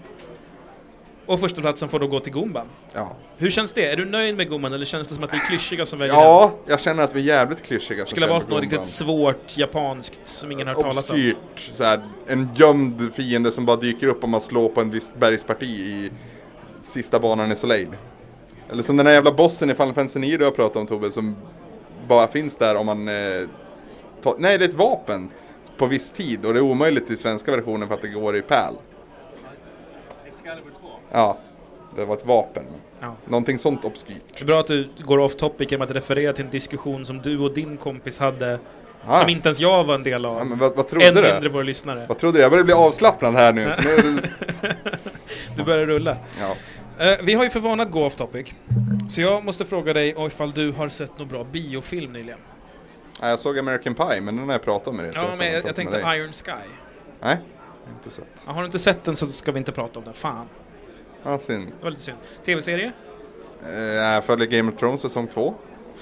S3: Och första platsen får då gå till Goomban.
S1: Ja.
S3: Hur känns det? Är du nöjd med Goomban eller känns det som att vi är klyschiga som väljer den?
S1: ja, jag känner att vi är jävligt klyschiga. som
S3: Det skulle ha varit
S1: kämpar
S3: något
S1: Gumban.
S3: riktigt svårt japanskt som ingen har hört talas om.
S1: obskyrt, så här, en gömd fiende som bara dyker upp om man slår på en viss bergsparti i sista banan i Soleil. Eller som den här jävla bossen i Final Fantasy 9 du har pratat om Tobbe, som bara finns där om man... Eh, tar- Nej, det är ett vapen på viss tid och det är omöjligt i svenska versionen för att det går i pärl. Ja, det var ett vapen.
S3: Ja.
S1: Någonting sånt obskyrt.
S3: Det är bra att du går off topic genom att referera till en diskussion som du och din kompis hade,
S1: Ah.
S3: som inte ens jag var en del av.
S1: Ja, men vad, vad trodde
S3: Än
S1: du?
S3: mindre våra lyssnare.
S1: Vad trodde du? Jag börjar bli avslappnad här nu. Så nu är det...
S3: Du börjar rulla.
S1: ja.
S3: Eh, vi har ju för vana att gå off topic. Så jag måste fråga dig om ifall du har sett någon bra biofilm nyligen?
S1: Ja, jag såg American Pie, men den har jag pratat med dig. tror
S3: Ja, men
S1: som
S3: jag, jag
S1: pratat med
S3: tänkte
S1: dig.
S3: Iron Sky.
S1: Nej, inte sett.
S3: Ja, Har du inte sett den så ska vi inte prata om den. Fan.
S1: Ja, synd.
S3: Det var lite synd. TV-serie?
S1: Eh, Jag följer Game of Thrones säsong två.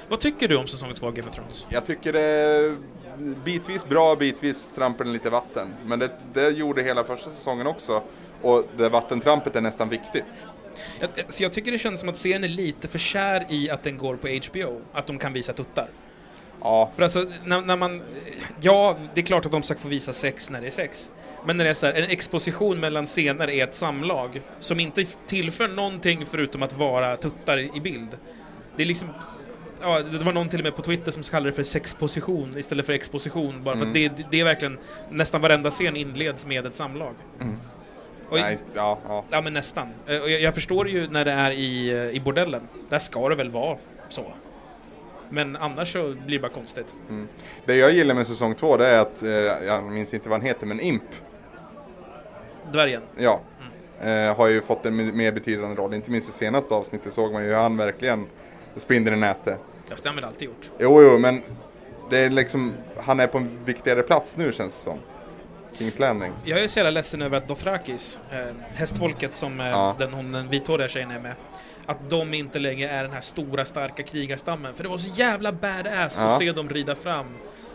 S3: Vad tycker du om säsong 2 av Game of Thrones?
S1: Jag tycker det är bitvis bra, bitvis trampar den lite vatten. Men det, det gjorde hela första säsongen också. Och det vattentrampet är nästan viktigt.
S3: Jag, så jag tycker det känns som att serien är lite för kär i att den går på HBO, att de kan visa tuttar.
S1: Ja,
S3: För alltså, när, när man... Ja, det är klart att de ska få visa sex när det är sex. Men när det är så här, en exposition mellan scener är ett samlag som inte tillför någonting förutom att vara tuttar i i bild. Det är liksom... Ja, det var någon till och med på Twitter som kallade det för sexposition istället för exposition bara för att det, det är verkligen... Nästan varenda scen inleds med ett samlag. Och,
S1: nej, ja, ja.
S3: Ja, men nästan. Eh, Och jag, jag förstår ju när det är i, eh, i bordellen. Där ska det väl vara så. Men annars så blir det bara konstigt.
S1: Det jag gillar med säsong två det är att, eh, jag minns inte vad han heter, men Imp.
S3: Dvärgen.
S1: Ja.
S3: Mm.
S1: Eh, har ju fått en me- mer betydande roll. Inte minst i senaste avsnittet såg man ju hur han verkligen spindeln i nätet.
S3: Fast det har man väl alltid gjort.
S1: Jo, jo, men det är liksom, han är på en viktigare plats nu känns det som. Kings Landing.
S3: Jag är så jävla ledsen över att Dothrakis, eh, hästfolket som eh,
S1: Ja.
S3: den, hon, den vithåriga tjejen är med, att de inte längre är den här stora starka krigarstammen. För det var så jävla badass
S1: Ja.
S3: att se dem rida fram.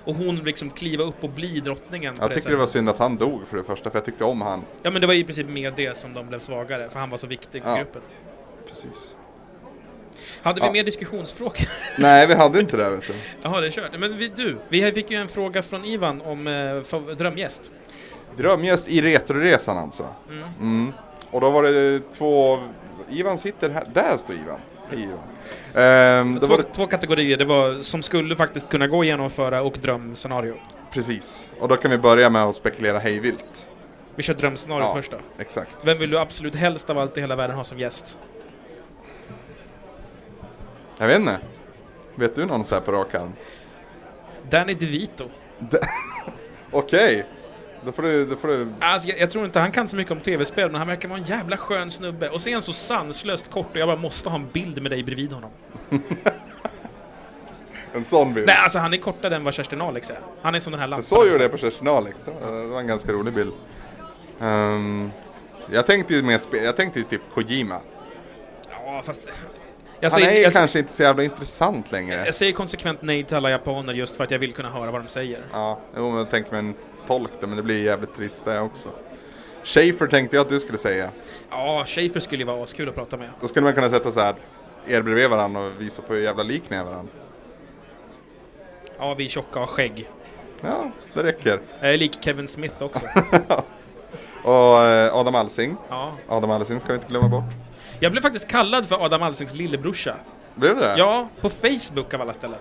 S3: Och hon liksom kliva upp och bli drottningen. på
S1: Jag tycker det
S3: sättet.
S1: var synd att han dog för det första, för jag tyckte om han.
S3: Ja men det var i princip med det som de blev svagare, för han var så viktig för
S1: Ja.
S3: gruppen.
S1: Precis.
S3: Hade vi
S1: Ja.
S3: mer diskussionsfrågor?
S1: Nej, vi hade inte det vet du.
S3: Jaha, det är kört. Men vi, du, vi fick ju en fråga från Ivan om eh, fa- drömgäst.
S1: Drömgäst i Retroresan alltså.
S3: Mm.
S1: Mm. Och då var det två... Ivan sitter här. Där står Ivan. Hej Ivan. Ehm, då
S3: Två,
S1: var det...
S3: två kategorier, det var som skulle faktiskt kunna gå att genomföra och drömscenario.
S1: Precis. Och då kan vi börja med att spekulera hejvilt.
S3: Vi kör drömscenariot
S1: Ja.
S3: först då.
S1: Exakt.
S3: Vem vill du absolut helst av allt i hela världen ha som gäst?
S1: Jag vet inte. Vet du någon så här på rak arm?
S3: Danny DeVito.
S1: Okej. Då får du... Då får du...
S3: Alltså, jag, jag tror inte han kan så mycket om tv-spel, men han verkar vara en jävla skön snubbe. Och så är han så sanslöst kort och jag bara måste ha en bild med dig bredvid honom.
S1: Mm. En sån bild.
S3: Nej, alltså han är kortare än vad Kerstin Alex är. Han är som den här lampan.
S1: Jag såg ju det på Kerstin Alex. Det var, det var en ganska rolig bild. Ehm, jag tänkte ju mer spe... Jag tänkte ju typ Kojima.
S3: Ja, fast... Jag
S1: Han
S3: säger,
S1: är ju
S3: jag,
S1: kanske inte så jävla intressant längre.
S3: jag säger konsekvent nej till alla japaner just för att jag vill kunna höra vad de säger.
S1: Ja, jo, men jag tänker mig en tolk då, men det blir jävligt trist det också. Schaefer tänkte jag att du skulle säga.
S3: Ja, Schaefer skulle ju vara askul att prata med.
S1: Då skulle man kunna sätta så här er bredvid varandra och visa på hur jävla lik ni är varandra.
S3: Ja, vi är tjocka och har skägg.
S1: Ja, det räcker.
S3: Jag är lik Kevin Smith också.
S1: Och eh, Adam Alsing.
S3: Ja.
S1: Adam Alsing ska vi inte glömma bort.
S3: Jag blev faktiskt kallad för Adam Alsings lillebrorsa.
S1: Blev det det?
S3: Ja, på Facebook av alla ställen.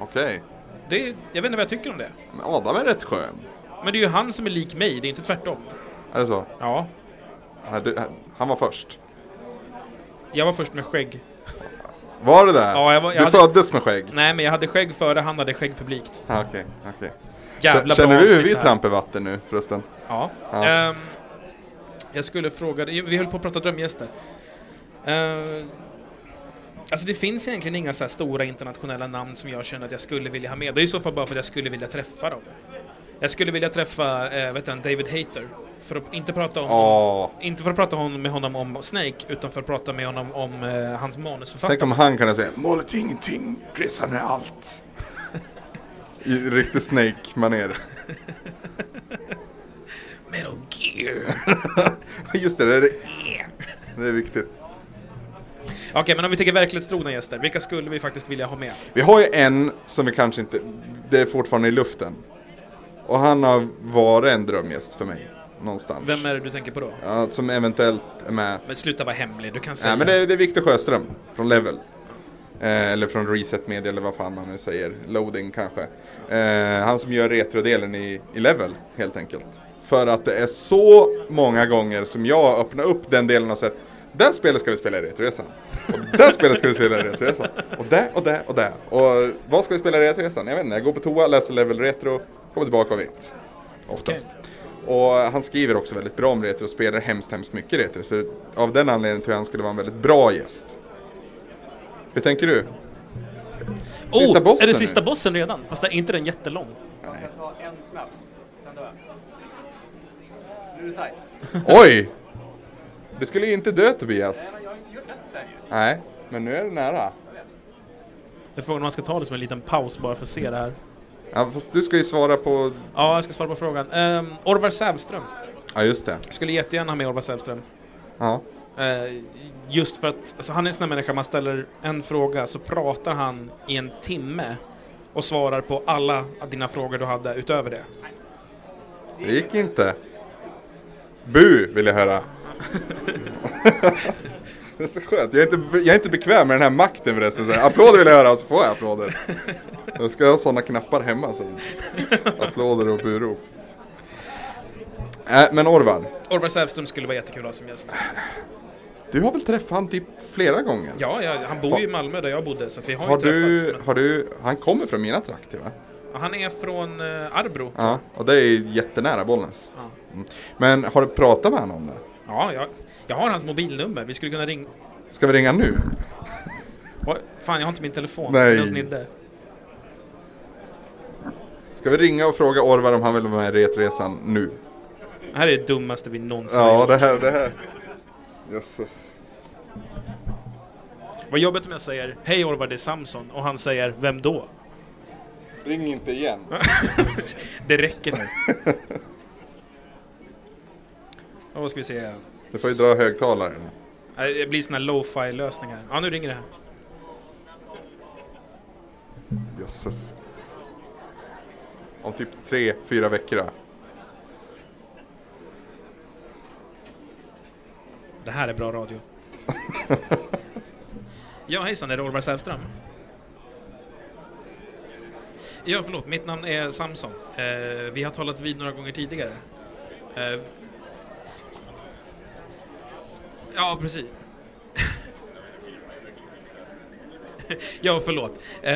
S1: Okej.
S3: Det, jag vet inte vad jag tycker om det.
S1: Men Adam är rätt skön.
S3: Men det är ju han som är lik mig, det är inte tvärtom.
S1: Är det så?
S3: Ja,
S1: Nej, du- Han var först.
S3: jag var först med skägg.
S1: Var det där?
S3: Ja, jag var- jag
S1: du
S3: hade-
S1: föddes med skägg?
S3: Nej, men jag hade skägg före, han hade skägg publikt.
S1: Ja, Okej, okej.
S3: Jävla
S1: Känner
S3: bra
S1: du hur
S3: avsnitt
S1: vi
S3: här.
S1: trampar vatten nu förresten?
S3: Ja.
S1: Ja.
S3: Ehm, jag skulle fråga dig, vi höll på att prata drömgäster. Ehm, alltså det finns egentligen inga så här stora internationella namn som jag känner att jag skulle vilja ha med. Det är i så fall bara för att jag skulle vilja träffa dem. Jag skulle vilja träffa eh, vet du, David Hayter. För att inte prata om
S1: Ja.
S3: Inte för att prata hon- med honom om Snake, utan för att prata med honom om eh, hans manusförfattare.
S1: Tänk om han kunde säga Målet är ingenting, resan är allt. I riktig Snake-manér.
S3: Metal Gear!
S1: Just det, det är, det är viktigt.
S3: Okej, men om vi tänker verklighetstrogna gäster, vilka skulle vi faktiskt vilja ha med?
S1: Vi har ju en som vi kanske inte, det är fortfarande i luften. Och han har varit en drömgäst för mig, någonstans.
S3: Vem är det du tänker på då?
S1: Ja, som eventuellt är med.
S3: Men sluta vara hemlig, du kan säga.
S1: Nej, men det är, det är Viktor Sjöström från Level. Eh, eller från Reset Media eller vad fan man nu säger. Loading kanske. Eh, han som gör retrodelen i, i Level helt enkelt. För att det är så många gånger som jag öppnar upp den delen och sett det spelet ska vi spela i Retroresan. Och det spelet ska vi spela i Retroresan. Och det och det och det. Och vad ska vi spela i Retroresan? Jag vet inte, jag går på toa, läser Level Retro, kommer tillbaka och vet. Oftast. Och han skriver också väldigt bra om retro och spelar hemskt, hemskt mycket retro. Så av den anledningen tror jag han skulle vara en väldigt bra gäst. Hur tänker du? sista
S3: oh,
S1: bossen
S3: är det
S1: nu?
S3: sista bossen redan? Fast det är inte den jättelång.
S1: Nej.
S5: Ta en smäll, sen dör jag. Nu är det tight.
S1: Oj! Det skulle ju inte dö Tobias.
S2: Jag har inte gjort detta ju.
S1: Nej, men nu är det nära.
S3: Det är frågan om man ska ta det som en liten paus bara för att se det här.
S1: Ja, fast du ska ju svara på...
S3: Ja, jag ska svara på frågan. Ehm, Orvar Sävström.
S1: Ja, just det.
S3: Skulle jättegärna ha med Orvar Sävström.
S1: Ja.
S3: Eh, just för att alltså, han är en sån där människa, man ställer en fråga så pratar han i en timme och svarar på alla dina frågor du hade utöver det.
S1: Det gick inte. Bu, vill jag höra. det är så skönt. Jag är, inte, jag är inte bekväm med den här makten förresten. Så här, applåder vill jag höra, så får jag applåder. Jag ska ha sådana knappar hemma sen. Applåder och burop. Äh, men Orvar,
S3: Orvar Sävström skulle vara jättekul att ha som gäst.
S1: du har väl träffat han typ flera gånger?
S3: Ja, ja han bor ju i Malmö där jag bodde så att vi har,
S1: Har
S3: ju träffats.
S1: du,
S3: Men...
S1: har du, han kommer från mina trakter va?
S3: Ja, Han är från eh, Arbro.
S1: Ja, och det är jättenära Bollnäs.
S3: Ja.
S1: Mm. Men har du pratat med honom om det?
S3: Ja, jag, jag har hans mobilnummer. Vi skulle kunna ringa...
S1: Ska vi ringa nu?
S3: Oj, Fan, jag har inte min telefon.
S1: Nej.
S3: Den snidde.
S1: Ska vi ringa och fråga Orvar om han vill vara med i Retresan nu?
S3: Det här är det dummaste vi någonsin har
S1: Ja,
S3: gjort.
S1: det här, det här. Jösses.
S3: Vad jobbigt om jag säger Hej Orvar, det är Samson och han säger Vem då?
S1: Ring inte igen.
S3: Det räcker nu. Och vad ska vi se?
S1: Du får ju dra högtalaren.
S3: Nej, Det blir såna här lo-fi lösningar. Ja, nu ringer det här.
S1: Jösses. Om typ tre, fyra veckor då.
S3: Det här är bra radio. ja, hejsan, är det Orvar Sävström? Ja, förlåt, mitt namn är Samson. Eh, vi har talats vid några gånger tidigare. Eh, ja, precis. ja, förlåt. Eh,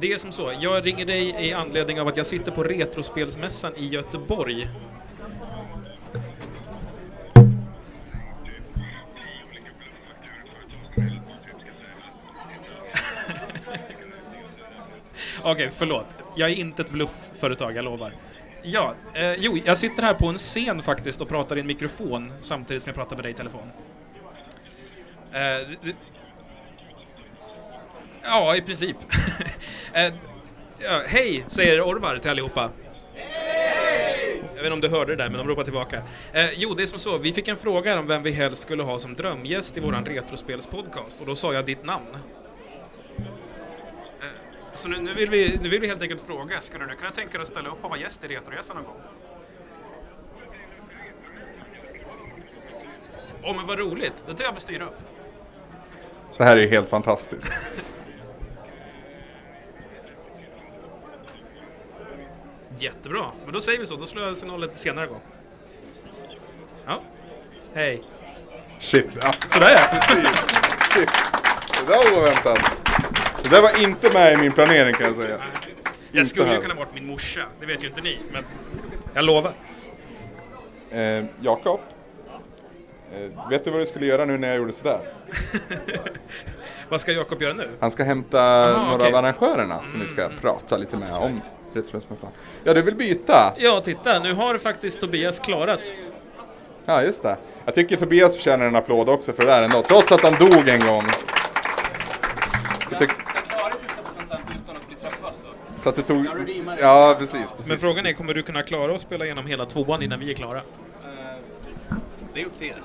S3: det är som så, jag ringer dig i anledning av att jag sitter på Retrospelsmässan i Göteborg. Okej, förlåt. Jag är inte ett bluffföretag, jag lovar. Ja, eh, jo, jag sitter här på en scen faktiskt och pratar i en mikrofon samtidigt som jag pratar med dig i telefon. Eh, det- det- ja, i princip. eh, ja, hej, säger Orvar till allihopa. Jag vet inte om du hörde det där, men de ropar tillbaka. Eh, jo, det är som så, vi fick en fråga om vem vi helst skulle ha som drömgäst i våran retrospelspodcast och då sa jag ditt namn. Så Alltså, nu, nu, vill vi, nu vill vi helt enkelt fråga, skulle du kunna tänka dig att ställa upp och vara gäst i Retroresan någon gång? Åh, men vad roligt! Det tar jag för styra upp.
S1: Det här är ju helt fantastiskt.
S3: Jättebra, men då säger vi så. Då slår jag signalen till senare gång. Ja. Hej.
S1: Shit. Ja,
S3: Sådär ja!
S1: precis. Shit. Det där var oväntat. Det där var inte med i min planering kan jag säga.
S3: Jag skulle ju
S1: här.
S3: kunna varit min morsa, det vet ju inte ni, men jag lovar.
S1: Eh, Jakob. Eh, vet du vad du skulle göra nu när jag gjorde sådär?
S3: Vad ska Jakob göra nu?
S1: Han ska hämta några
S3: okej. Mm.
S1: av arrangörerna som vi ska prata lite med om Rättsmässan. Ja, du vill byta?
S3: Ja, titta, nu har faktiskt Tobias klarat.
S1: Ja, just det. Jag tycker Tobias förtjänar en applåd också för det där ändå, trots att han dog en gång. Jag tyck-
S5: Jag klarade sista procenten utan att bli träffad så.
S1: Så att det tog... Ja, precis. precis.
S3: Men frågan är, kommer du kunna klara att spela igenom hela tvåan innan vi är klara?
S5: Det är upp till er.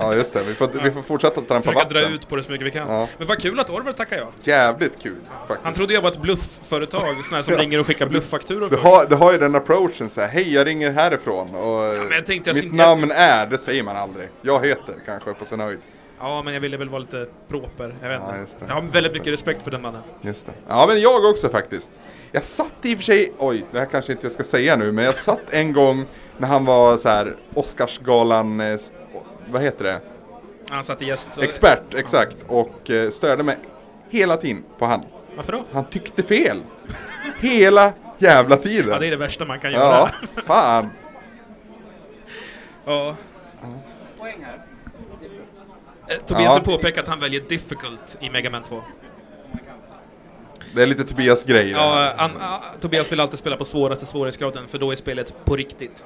S1: Ja, just det. Vi får, vi får fortsätta trampa
S3: Försöka dra
S1: vatten.
S3: ut på det så mycket vi kan.
S1: Ja.
S3: Men vad kul att Orvar tackar ja.
S1: Jävligt kul,
S3: Han
S1: faktiskt.
S3: trodde jag var ett bluffföretag, sådana här som ringer och skickar blufffakturor
S1: Du
S3: först.
S1: har, du har ju den approachen så här, hej jag ringer härifrån och eh,
S3: men jag tänkte jag
S1: mitt
S3: inte-
S1: namn är, det säger man aldrig. Jag heter kanske på sin höjd.
S3: Ja, men jag ville väl vara lite proper. Jag vet
S1: Ja,
S3: inte.
S1: just det.
S3: jag har väldigt mycket respekt för den mannen.
S1: Just det. Ja, men jag också faktiskt. Jag satt i och för sig, oj, det här kanske inte jag ska säga nu, men jag satt en gång när han var så här Oscarsgalan, eh, s- vad heter det?
S3: Han satt i gäst...
S1: Expert, exakt. Och eh, störde mig hela tiden på han.
S3: Varför då?
S1: Han tyckte fel. Hela jävla tiden.
S3: Ja, det är det värsta man kan göra.
S1: Ja,
S3: Ja.
S1: fan.
S5: Poäng här.
S3: Eh, Tobias
S1: Ja.
S3: har påpekat att han väljer difficult i Mega Man 2.
S1: Det är lite Tobias grej. det här.
S3: Ja, eh, an, ah, Tobias vill alltid spela på svåraste svårighetsgraden, för då är spelet på riktigt.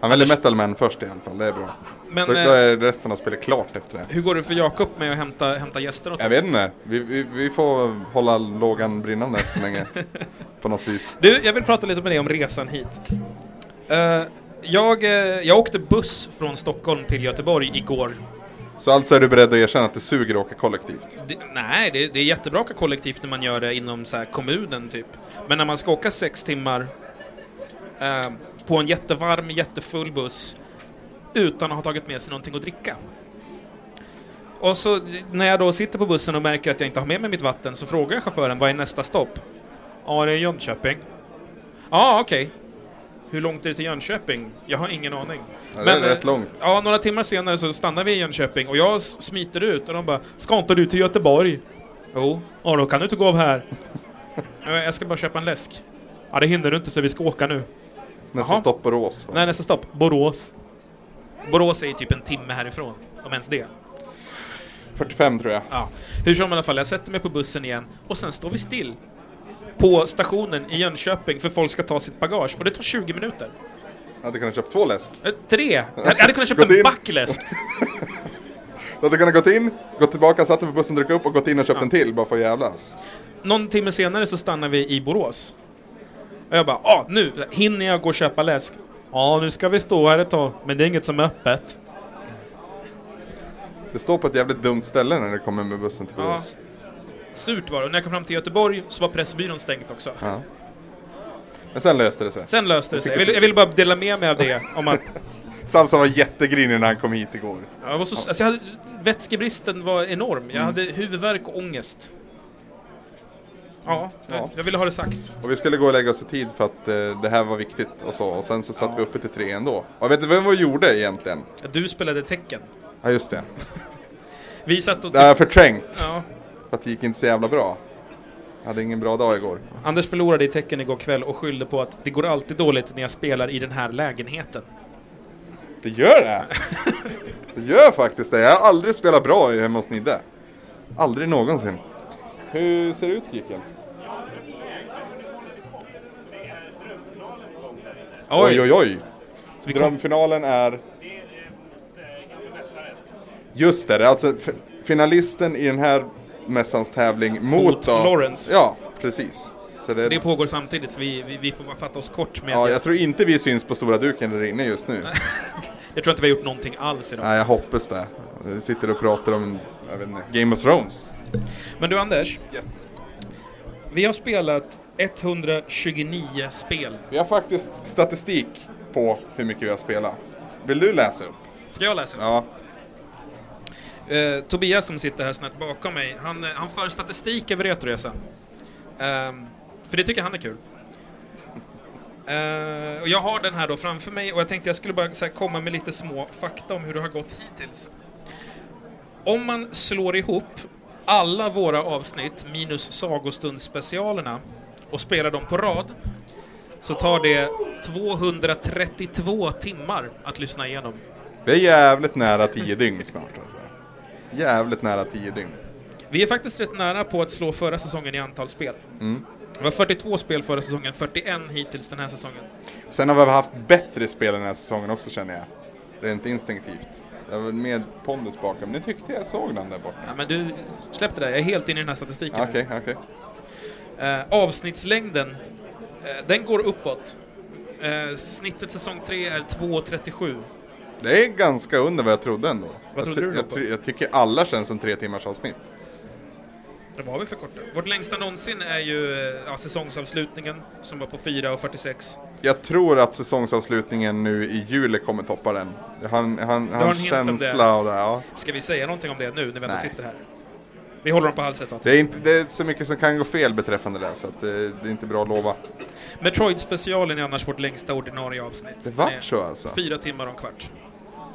S1: Han väljer Metal Man först i alla fall, det är bra.
S3: Men
S1: då,
S3: eh,
S1: då är resten av spelet klart efter det.
S3: hur går det för Jakob med att hämta, hämta gäster åt
S1: Jag
S3: oss?
S1: vet inte, vi, vi, vi får hålla lågan brinnande så länge. på något vis.
S3: Du, jag vill prata lite med dig om resan hit. Eh, jag, eh, jag åkte buss från Stockholm till Göteborg igår.
S1: Så alltså är du beredd att erkänna att det suger att åka kollektivt?
S3: Det, nej, det, det är jättebra att åka kollektivt när man gör det inom så här kommunen, typ. Men när man ska åka sex timmar eh, på en jättevarm, jättefull buss utan att ha tagit med sig någonting att dricka. Och så när jag då sitter på bussen och märker att jag inte har med mig mitt vatten så frågar jag chauffören vad är nästa stopp? Ja, det är Jönköping. Ja, okej. Hur långt är det till Jönköping? Jag har ingen aning.
S1: Ja, det är rätt
S3: eh,
S1: långt.
S3: Ja, några timmar senare så stannar vi i Jönköping och jag s- smiter ut och de bara Ska inte du till Göteborg? Jo. Ja, då kan du inte gå av här. "Eh, Jag ska bara köpa en läsk. Ja, det hinner du inte så vi ska åka nu.
S1: Nästa
S3: Jaha.
S1: stopp Borås va?
S3: Nej, nästa stopp. Borås. Borås är ju typ en timme härifrån, om ens det.
S1: 45 tror jag.
S3: Ja. Hur som i alla fall, jag sätter mig på bussen igen och sen står vi still på stationen i Jönköping för folk ska ta sitt bagage och det tar 20 minuter.
S1: Jag hade kunnat köpa två läsk.
S3: Eh, tre! Jag hade jag hade kunnat
S1: Gått
S3: köpa en
S1: in.
S3: backläsk.
S1: Jag hade kunnat gått in, gått tillbaka, satt mig på bussen, druckit upp och gått in och köpt en till bara för att jävlas.
S3: Någon timme senare så stannar vi i Borås. Och jag bara, ah, nu hinner jag gå och köpa läsk. Ja, nu ska vi stå här ett tag, men det är inget som är öppet.
S1: Det står på ett jävligt dumt ställe när det kommer med bussen till
S3: Ja.
S1: Borås.
S3: Surt var det. Och när jag kom fram till Göteborg så var Pressbyrån stängt också.
S1: Men sen löste det sig.
S3: Sen löste det sig. Jag ville jag vill bara dela med mig av det, om att
S1: Samson var jättegrinig när han kom hit igår.
S3: Jag var så, alltså jag hade, vätskebristen var enorm.
S1: Mm.
S3: Jag hade huvudvärk och ångest. Ja,
S1: Ja.
S3: Jag, jag ville ha det sagt.
S1: Och vi skulle gå och lägga oss i tid för att eh, det här var viktigt och så. Och sen så satt vi uppe till tre ändå. Och vet du vem vi gjorde egentligen?
S3: Du spelade tecken.
S1: Ja just det.
S3: Vi satt och...
S1: Det har jag förträngt.
S3: ja.
S1: För att det gick inte så jävla bra. Jag hade ingen bra dag igår.
S3: Anders förlorade i tecken igår kväll och skyllde på att det går alltid dåligt när jag spelar i den här lägenheten.
S1: Det gör det! Det gör faktiskt det. Jag har aldrig spelat bra i hemma hos Nidde. Aldrig någonsin. Hur ser det ut Kiken? Oj, oj, oj.
S3: Så vi kom,
S1: Drömfinalen är... Just det, det är alltså f- finalisten i den här mässans tävling mot,
S3: Mot
S1: då-
S3: Lawrence.
S1: Ja, precis. Så det,
S3: så det pågår samtidigt, så vi, vi, vi får bara fatta oss kort med
S1: ja,
S3: att
S1: jag tror inte vi syns på stora duken där inne just nu.
S3: jag tror inte vi har gjort någonting alls idag.
S1: Nej, jag hoppas det. Vi sitter och pratar om, jag vet inte, Game of Thrones.
S3: Men du Anders,
S1: Yes.
S3: vi har spelat 129 spel.
S1: Vi har faktiskt statistik på hur mycket vi har spelat. Vill du läsa upp?
S3: Ska jag läsa?
S1: Ja.
S3: Eh, Tobias som sitter här snett bakom mig, han, eh, han för statistik över Retoresan. Ehm, för det tycker han är kul. Eh, och jag har den här då framför mig och jag tänkte jag skulle bara så här, komma med lite små fakta om hur det har gått hittills. Om man slår ihop alla våra avsnitt minus sagostundsspecialerna och spelar dem på rad så tar det 232 timmar att lyssna igenom.
S1: Vi är jävligt nära 10 dygn snart alltså. Jävligt nära 10 dygn.
S3: Vi är faktiskt rätt nära på att slå förra säsongen i antal spel. Det var 42 spel förra säsongen, 41 hittills den här säsongen.
S1: Sen har vi haft bättre spel den här säsongen också känner jag. Rent instinktivt. Jag var med pondus bakom. Nu tyckte jag såg den där borta.
S3: Ja, men du, släpp det där, jag är helt inne i den här statistiken.
S1: Okej,
S3: nu.
S1: okej.
S3: Eh, avsnittslängden, eh, den går uppåt. Eh, snittet säsong 3 är 2.37.
S1: Det är ganska under vad jag trodde ändå. jag,
S3: trodde
S1: ty-
S3: du då
S1: jag,
S3: på?
S1: ty- jag tycker alla känns som tre timmars avsnitt.
S3: Det var vi för korta. Vårt längsta någonsin är ju eh, ja, säsongsavslutningen, som var på 4.46.
S1: Jag tror att säsongsavslutningen nu i juli kommer toppa den. Han, han,
S3: har
S1: han
S3: en hint om
S1: känsla av det. Ja.
S3: Ska vi säga någonting om det nu, när vi ändå
S1: Nej.
S3: sitter här? Vi håller dem på halsen ett tag.
S1: Det, är inte, det är så mycket som kan gå fel beträffande det här, så att det, det är inte bra att lova.
S3: Metroid-specialen är annars vårt längsta ordinarie avsnitt.
S1: Det
S3: Eh, Den är
S1: vart så alltså.
S3: Fyra timmar och en kvart.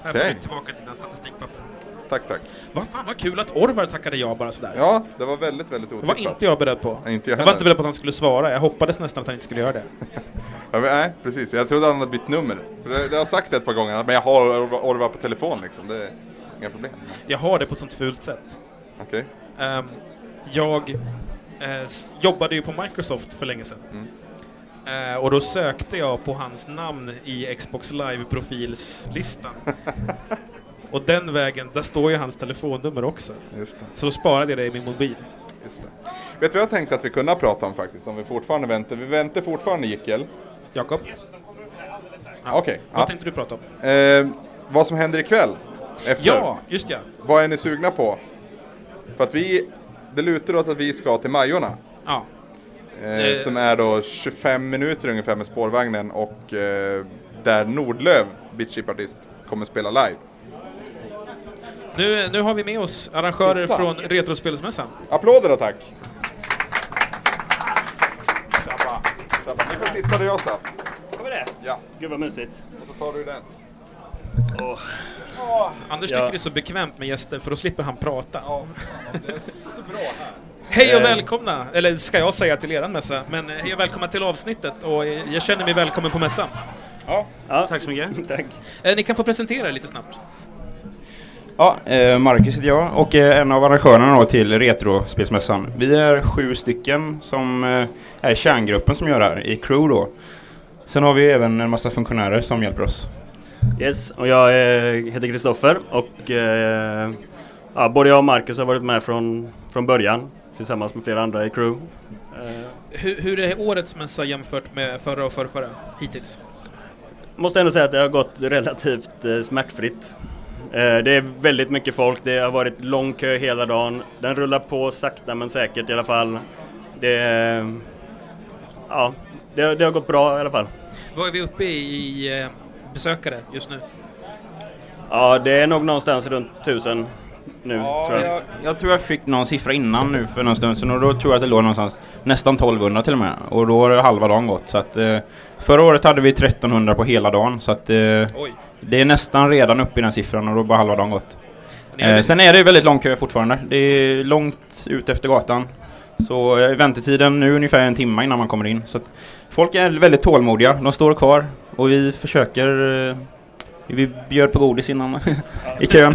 S3: Här får
S1: Okej.
S3: du tillbaka dina statistikpapper.
S1: Tack, tack.
S3: Vad fan vad kul att Orvar tackade ja bara sådär.
S1: Ja, det var väldigt, väldigt
S3: Det var
S1: otippat.
S3: inte jag beredd på.
S1: Nej, inte jag
S3: var
S1: heller.
S3: inte beredd på att han skulle svara. Jag hoppades nästan att han inte skulle göra det.
S1: Ja, men, nej, precis. Jag trodde han hade bytt nummer. För det, det har jag sagt ett par gånger, men jag har Orva- Orva på telefon liksom. Det är inga problem.
S3: Jag har det på ett sånt fult sätt.
S1: Okej.
S3: Ehm, jag eh, s- jobbade ju på Microsoft för länge sedan.
S1: Mm.
S3: Eh, och då sökte jag på hans namn i Xbox Live-profilslistan. och den vägen, där står ju hans telefonnummer också.
S1: Just det,
S3: Så då sparade jag det i min mobil.
S1: just det. Vet du vad jag tänkte att vi kunde prata om faktiskt, om vi fortfarande väntar? Vi väntar fortfarande Jickel.
S3: Jakob,
S1: Okej.
S3: vad
S1: ja.
S3: tänkte du prata om?
S1: Eh, vad som händer ikväll? Efter?
S3: Ja, just ja.
S1: Vad är ni sugna på? För att vi, det lutar åt att vi ska till Majorna.
S3: ja.
S1: Eh,
S3: Eh.
S1: Som är då 25 minuter ungefär med spårvagnen och eh, där Nordlöv, bitchipartist, kommer spela live.
S3: Nu, nu har vi med oss arrangörer
S1: Titta.
S3: från Retrospelsmässan.
S1: Applåder då tack! Klappa, klappa. Ni får sitta där jag satt.
S6: Kommer det?
S1: Ja,
S6: Gud vad mysigt.
S1: och så tar du den.
S3: Anders
S6: Ja.
S3: tycker det är så bekvämt med gäster för då slipper han prata.
S1: Ja, fan, det är så bra här.
S3: Hej och
S6: Eh.
S3: välkomna! Eller ska jag säga till eran mässa, men eh, hej och välkomna till avsnittet och eh, jag känner mig välkommen på mässan.
S1: Ja,
S6: Ja.
S7: Tack så mycket.
S6: Tack.
S3: Eh, Ni kan få presentera er lite snabbt.
S7: Ja, eh, Marcus heter jag och eh, en av arrangörerna då till Retrospelsmässan. Vi är sju stycken som eh, är kärngruppen som gör det här i crew då. Sen har vi även en massa funktionärer som hjälper oss.
S6: Yes, och jag eh, heter Kristoffer och eh, ja, både jag och Marcus har varit med från, från början tillsammans med flera andra i crew. Eh,
S3: Hur, hur är årets mässa jämfört med förra och förrförra hittills?
S6: måste ändå säga att det har gått relativt eh, smärtfritt. Eh, det är väldigt mycket folk, det har varit lång kö hela dagen. Den rullar på sakta men säkert i alla fall. Det, eh, ja, det, det har gått bra i alla fall.
S3: Vad är vi uppe i, i eh, besökare just nu?
S6: Ja, det är nog någonstans runt tusen nu tror jag.
S7: Jag, jag tror jag fick någon siffra innan nu för någon stund sedan och då tror jag att det låg någonstans nästan 1200 till och med. Och då har halva dagen gått. Så att, eh, förra året hade vi 1300 på hela dagen så att, eh,
S3: Oj.
S7: det är nästan redan uppe i den siffran och då har bara halva dagen gått.
S3: Ni har
S7: Eh,
S3: väl-
S7: sen är det ju väldigt lång kö fortfarande. Det är långt ut efter gatan. Så eh, väntetiden nu är ungefär en timme innan man kommer in. Så att folk är väldigt tålmodiga. De står kvar och vi försöker... eh, Vi bjöd på godis innan i kön.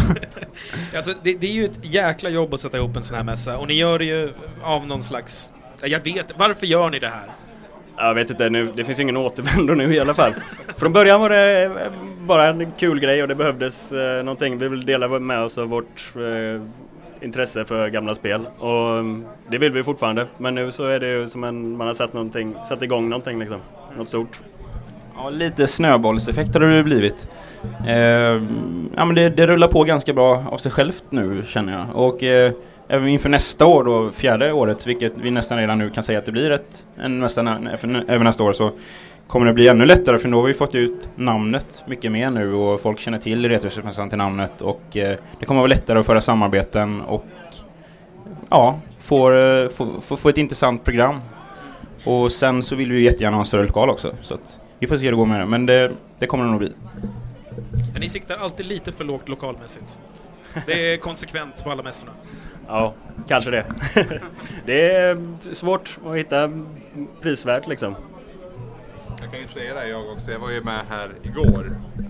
S3: Alltså, det, det är ju ett jäkla jobb att sätta ihop en sån här mässa och ni gör det ju av någon slags... Ja, Jag vet, varför gör ni det här?
S6: Jag vet inte, nu, det finns ju ingen återvändo nu i alla fall. Från början var det eh, bara en kul grej och det behövdes eh, någonting. Vi vill dela med oss av vårt eh, intresse för gamla spel och mm, det vill vi fortfarande. Men nu så är det ju som en, man har satt, någonting, satt igång någonting liksom. Något stort.
S7: ja, lite snöbollseffekt har det blivit. Eh, ja, men det, det rullar på ganska bra av sig självt nu känner jag. Och eh, även inför nästa år då, fjärde året, vilket vi nästan redan nu kan säga att det blir ett, en nästan, även nästa år så kommer det bli ännu lättare för då har vi fått ut namnet mycket mer nu och folk känner till Retrospelsmässan till namnet och eh, det kommer vara lättare att föra samarbeten och ja, få, eh, få, få, få ett intressant program. Och sen så vill vi ju jättegärna ha en större lokal också så att vi får se hur det går med det men det, det kommer det nog bli.
S3: Ja, Ni siktar alltid lite för lågt lokalmässigt. Det är konsekvent på alla mässorna.
S6: Ja, kanske det. det är eh, svårt att hitta prisvärt liksom.
S1: Jag kan ju säga det jag också, jag var ju med här igår.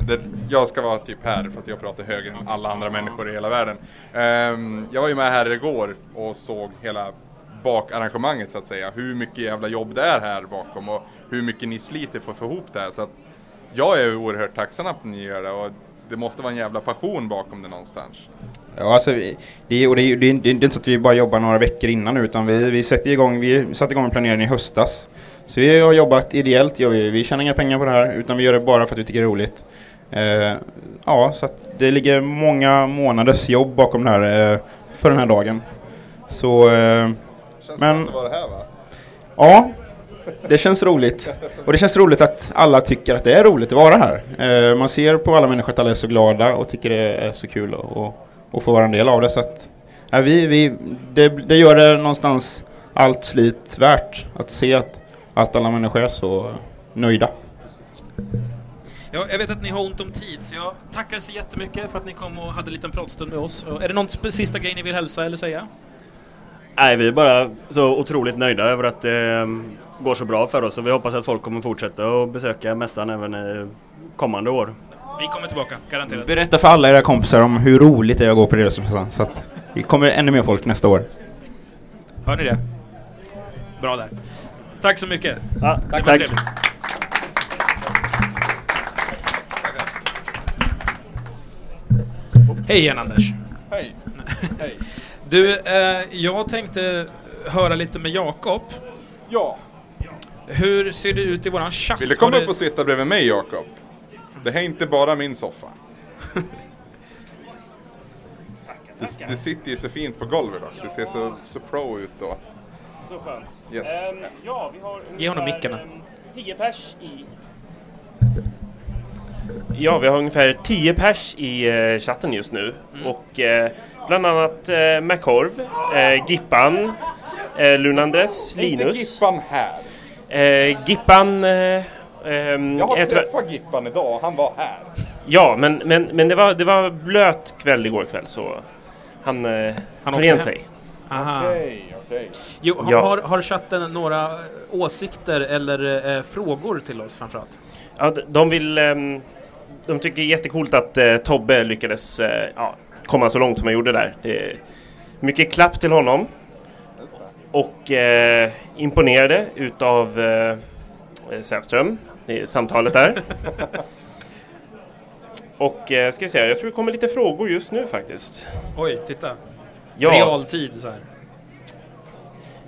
S1: Där jag ska vara typ här för att jag pratar högre än alla andra människor i hela världen. Ehm, jag var ju med här igår och såg hela bakarrangemanget så att säga. Hur mycket jävla jobb det är här bakom och hur mycket ni sliter för att få ihop det här. Så att jag är ju oerhört tacksam att ni gör det och det måste vara en jävla passion bakom det någonstans.
S7: Ja, alltså, vi- det, är- och det, är- det, är- det är inte så att vi bara jobbar några veckor innan utan vi, vi, sätter igång, vi satte igång planeringen i höstas. Så vi har jobbat ideellt, gör vi, vi tjänar inga pengar på det här utan vi gör det bara för att vi tycker det är roligt. Eh, ja, så att det ligger många månaders jobb bakom det här eh, för den här dagen. Så eh,
S1: Känns
S7: Men-
S1: det att vara här va?
S7: ja, det känns roligt. Och det känns roligt att alla tycker att det är roligt att vara här. Eh, man ser på alla människor att alla är så glada och tycker det är så kul att- att- att få vara en del av det. Så att, ja, vi, vi, det, det gör det någonstans allt slit värt att se att, att alla människor är så nöjda.
S3: Ja, jag vet att ni har ont om tid, så jag tackar så jättemycket för att ni kom och hade en liten pratstund med oss. Och är det någon spe- sista grej ni vill hälsa eller säga?
S6: Nej, vi är bara så otroligt nöjda över att det ehm, går så bra för oss och vi hoppas att folk kommer fortsätta och besöka mässan även i kommande år.
S3: Vi kommer tillbaka, garanterat.
S7: Berätta för alla era kompisar om hur roligt det är att gå på Redagsmässan. Så att det kommer ännu mer folk nästa år.
S3: Hör ni det? Bra där. Tack så mycket.
S8: Ja,
S3: Det var
S8: tack.
S3: trevligt. Hej igen Anders.
S1: Hej! Hej!
S3: Du, eh, jag tänkte höra lite med Jakob.
S1: Ja,
S3: Hur ser det ut i våran chatt?
S1: vill du komma
S3: Har det-
S1: upp och sitta bredvid mig Jakob? Det här är inte bara min soffa. Det, det sitter ju så fint på golvet dock. Det ser så, så pro ut då.
S9: Så skönt.
S1: Yes.
S9: Ehm, ja, vi har
S3: Ge honom
S9: ungefär,
S3: mickarna.
S9: ehm, 10 pers i... Ja, vi har ungefär 10 pers i eh, chatten just nu. Och eh, bland annat eh, McCorv, eh, Gippan, eh, Lunandres,
S1: Inte
S9: Linus.
S1: Gippan här.
S9: Eh, Gippan... Eh, ehm,
S1: Jag har
S9: är tyvärr-
S1: träffat Gippan idag och han var här.
S9: ja, men, men, men det, var, det var blöt kväll igår kväll så han,
S3: Han
S9: eh, tar
S3: åkte
S9: igen
S3: hem.
S9: sig.
S3: Aha.
S1: Okej, okej.
S3: Jo, har,
S9: Ja.
S3: har, har chatten några eh, åsikter eller eh, frågor till oss framförallt?
S9: Ja, d- de vill... ehm, De tycker det är jättecoolt att eh, Tobbe lyckades eh, ja, komma så långt som han gjorde där. Det är mycket klapp till honom. Och eh, imponerade utav eh, Säfström, det är samtalet där. och eh, ska vi se, här, jag tror det kommer lite frågor just nu faktiskt.
S3: Oj, titta.
S9: Ja,
S3: Realtid så här.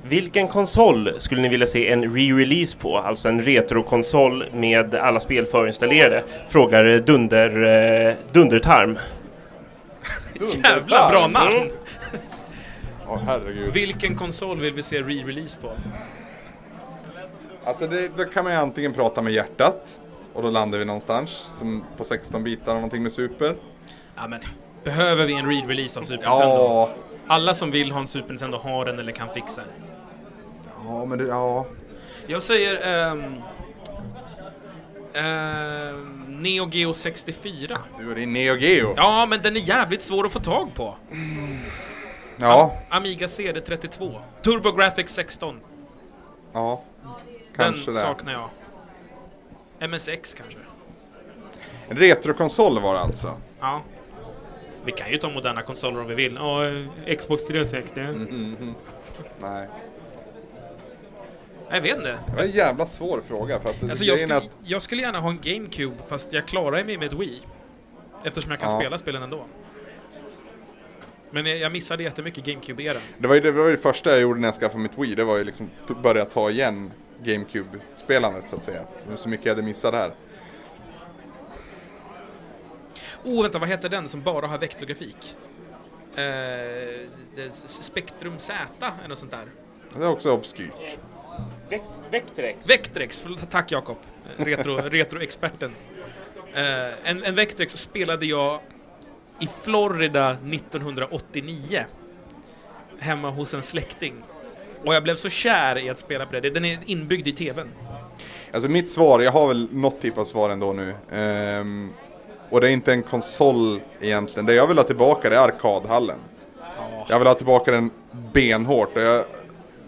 S9: vilken konsol skulle ni vilja se en re-release på? Alltså en retrokonsol med alla spel förinstallerade? Frågar Dunder, eh, Dundertarm.
S3: Jävla bra namn!
S9: Mm.
S1: Åh herregud.
S3: Vilken konsol vill vi se re-release på?
S1: Alltså det, då kan man ju antingen prata med hjärtat och då landar vi någonstans som på 16 bitar eller någonting med Super.
S3: Ja, men, behöver vi en re-release av Super Nintendo?
S1: Ja,
S3: Alla som vill ha en Super Nintendo har den eller kan fixa den.
S1: ja men det, ja.
S3: Jag säger... ehm, ehm, Neo Geo 64.
S1: Du är din Neo Geo.
S3: Ja, men den är jävligt svår att få tag på.
S1: Ja,
S3: Amiga CD32. TurboGrafx 16.
S1: ja.
S3: Den
S1: Kanske det.
S3: saknar jag. MSX kanske.
S1: En retrokonsol var det alltså.
S3: Ja. Vi kan ju ta moderna konsoler om vi vill. Ja, eh, Xbox 360.
S1: Mhm. Nej.
S3: Jag vet inte.
S1: Det var en jävla svår fråga för att
S3: Alltså, jag,
S1: grejen är
S3: skulle,
S1: att
S3: jag skulle gärna ha en GameCube, fast jag klarar mig med ett Wii. Eftersom jag kan
S1: Ja.
S3: spela spelen ändå. Men jag jag missade jättemycket GameCube-eran.
S1: det var ju det, var ju det första jag gjorde när jag skaffade mitt Wii. Det var ju liksom t- börja ta igen GameCube-spelandet så att säga. Det var så mycket jag hade missat där.
S3: Oh, vänta, vad heter den som bara har vektorgrafik? Eh, det- S- Spectrum Z eller något sånt där.
S1: Det är också obskyrt.
S9: Vectrex.
S3: Vectrex, förlåt, tack Jakob. Eh, Retro, retroexperten. Eh, en, en Vectrex spelade jag i Florida 1989. Hemma hos en släkting. Och jag blev så kär i att spela på det. Den är inbyggd i TVn.
S1: Alltså mitt svar, jag har väl något typ av svar ändå nu. Ehm, och det är inte en konsol egentligen. Det jag vill ha tillbaka det är arkadhallen. Jag vill ha tillbaka den benhårt. Och jag,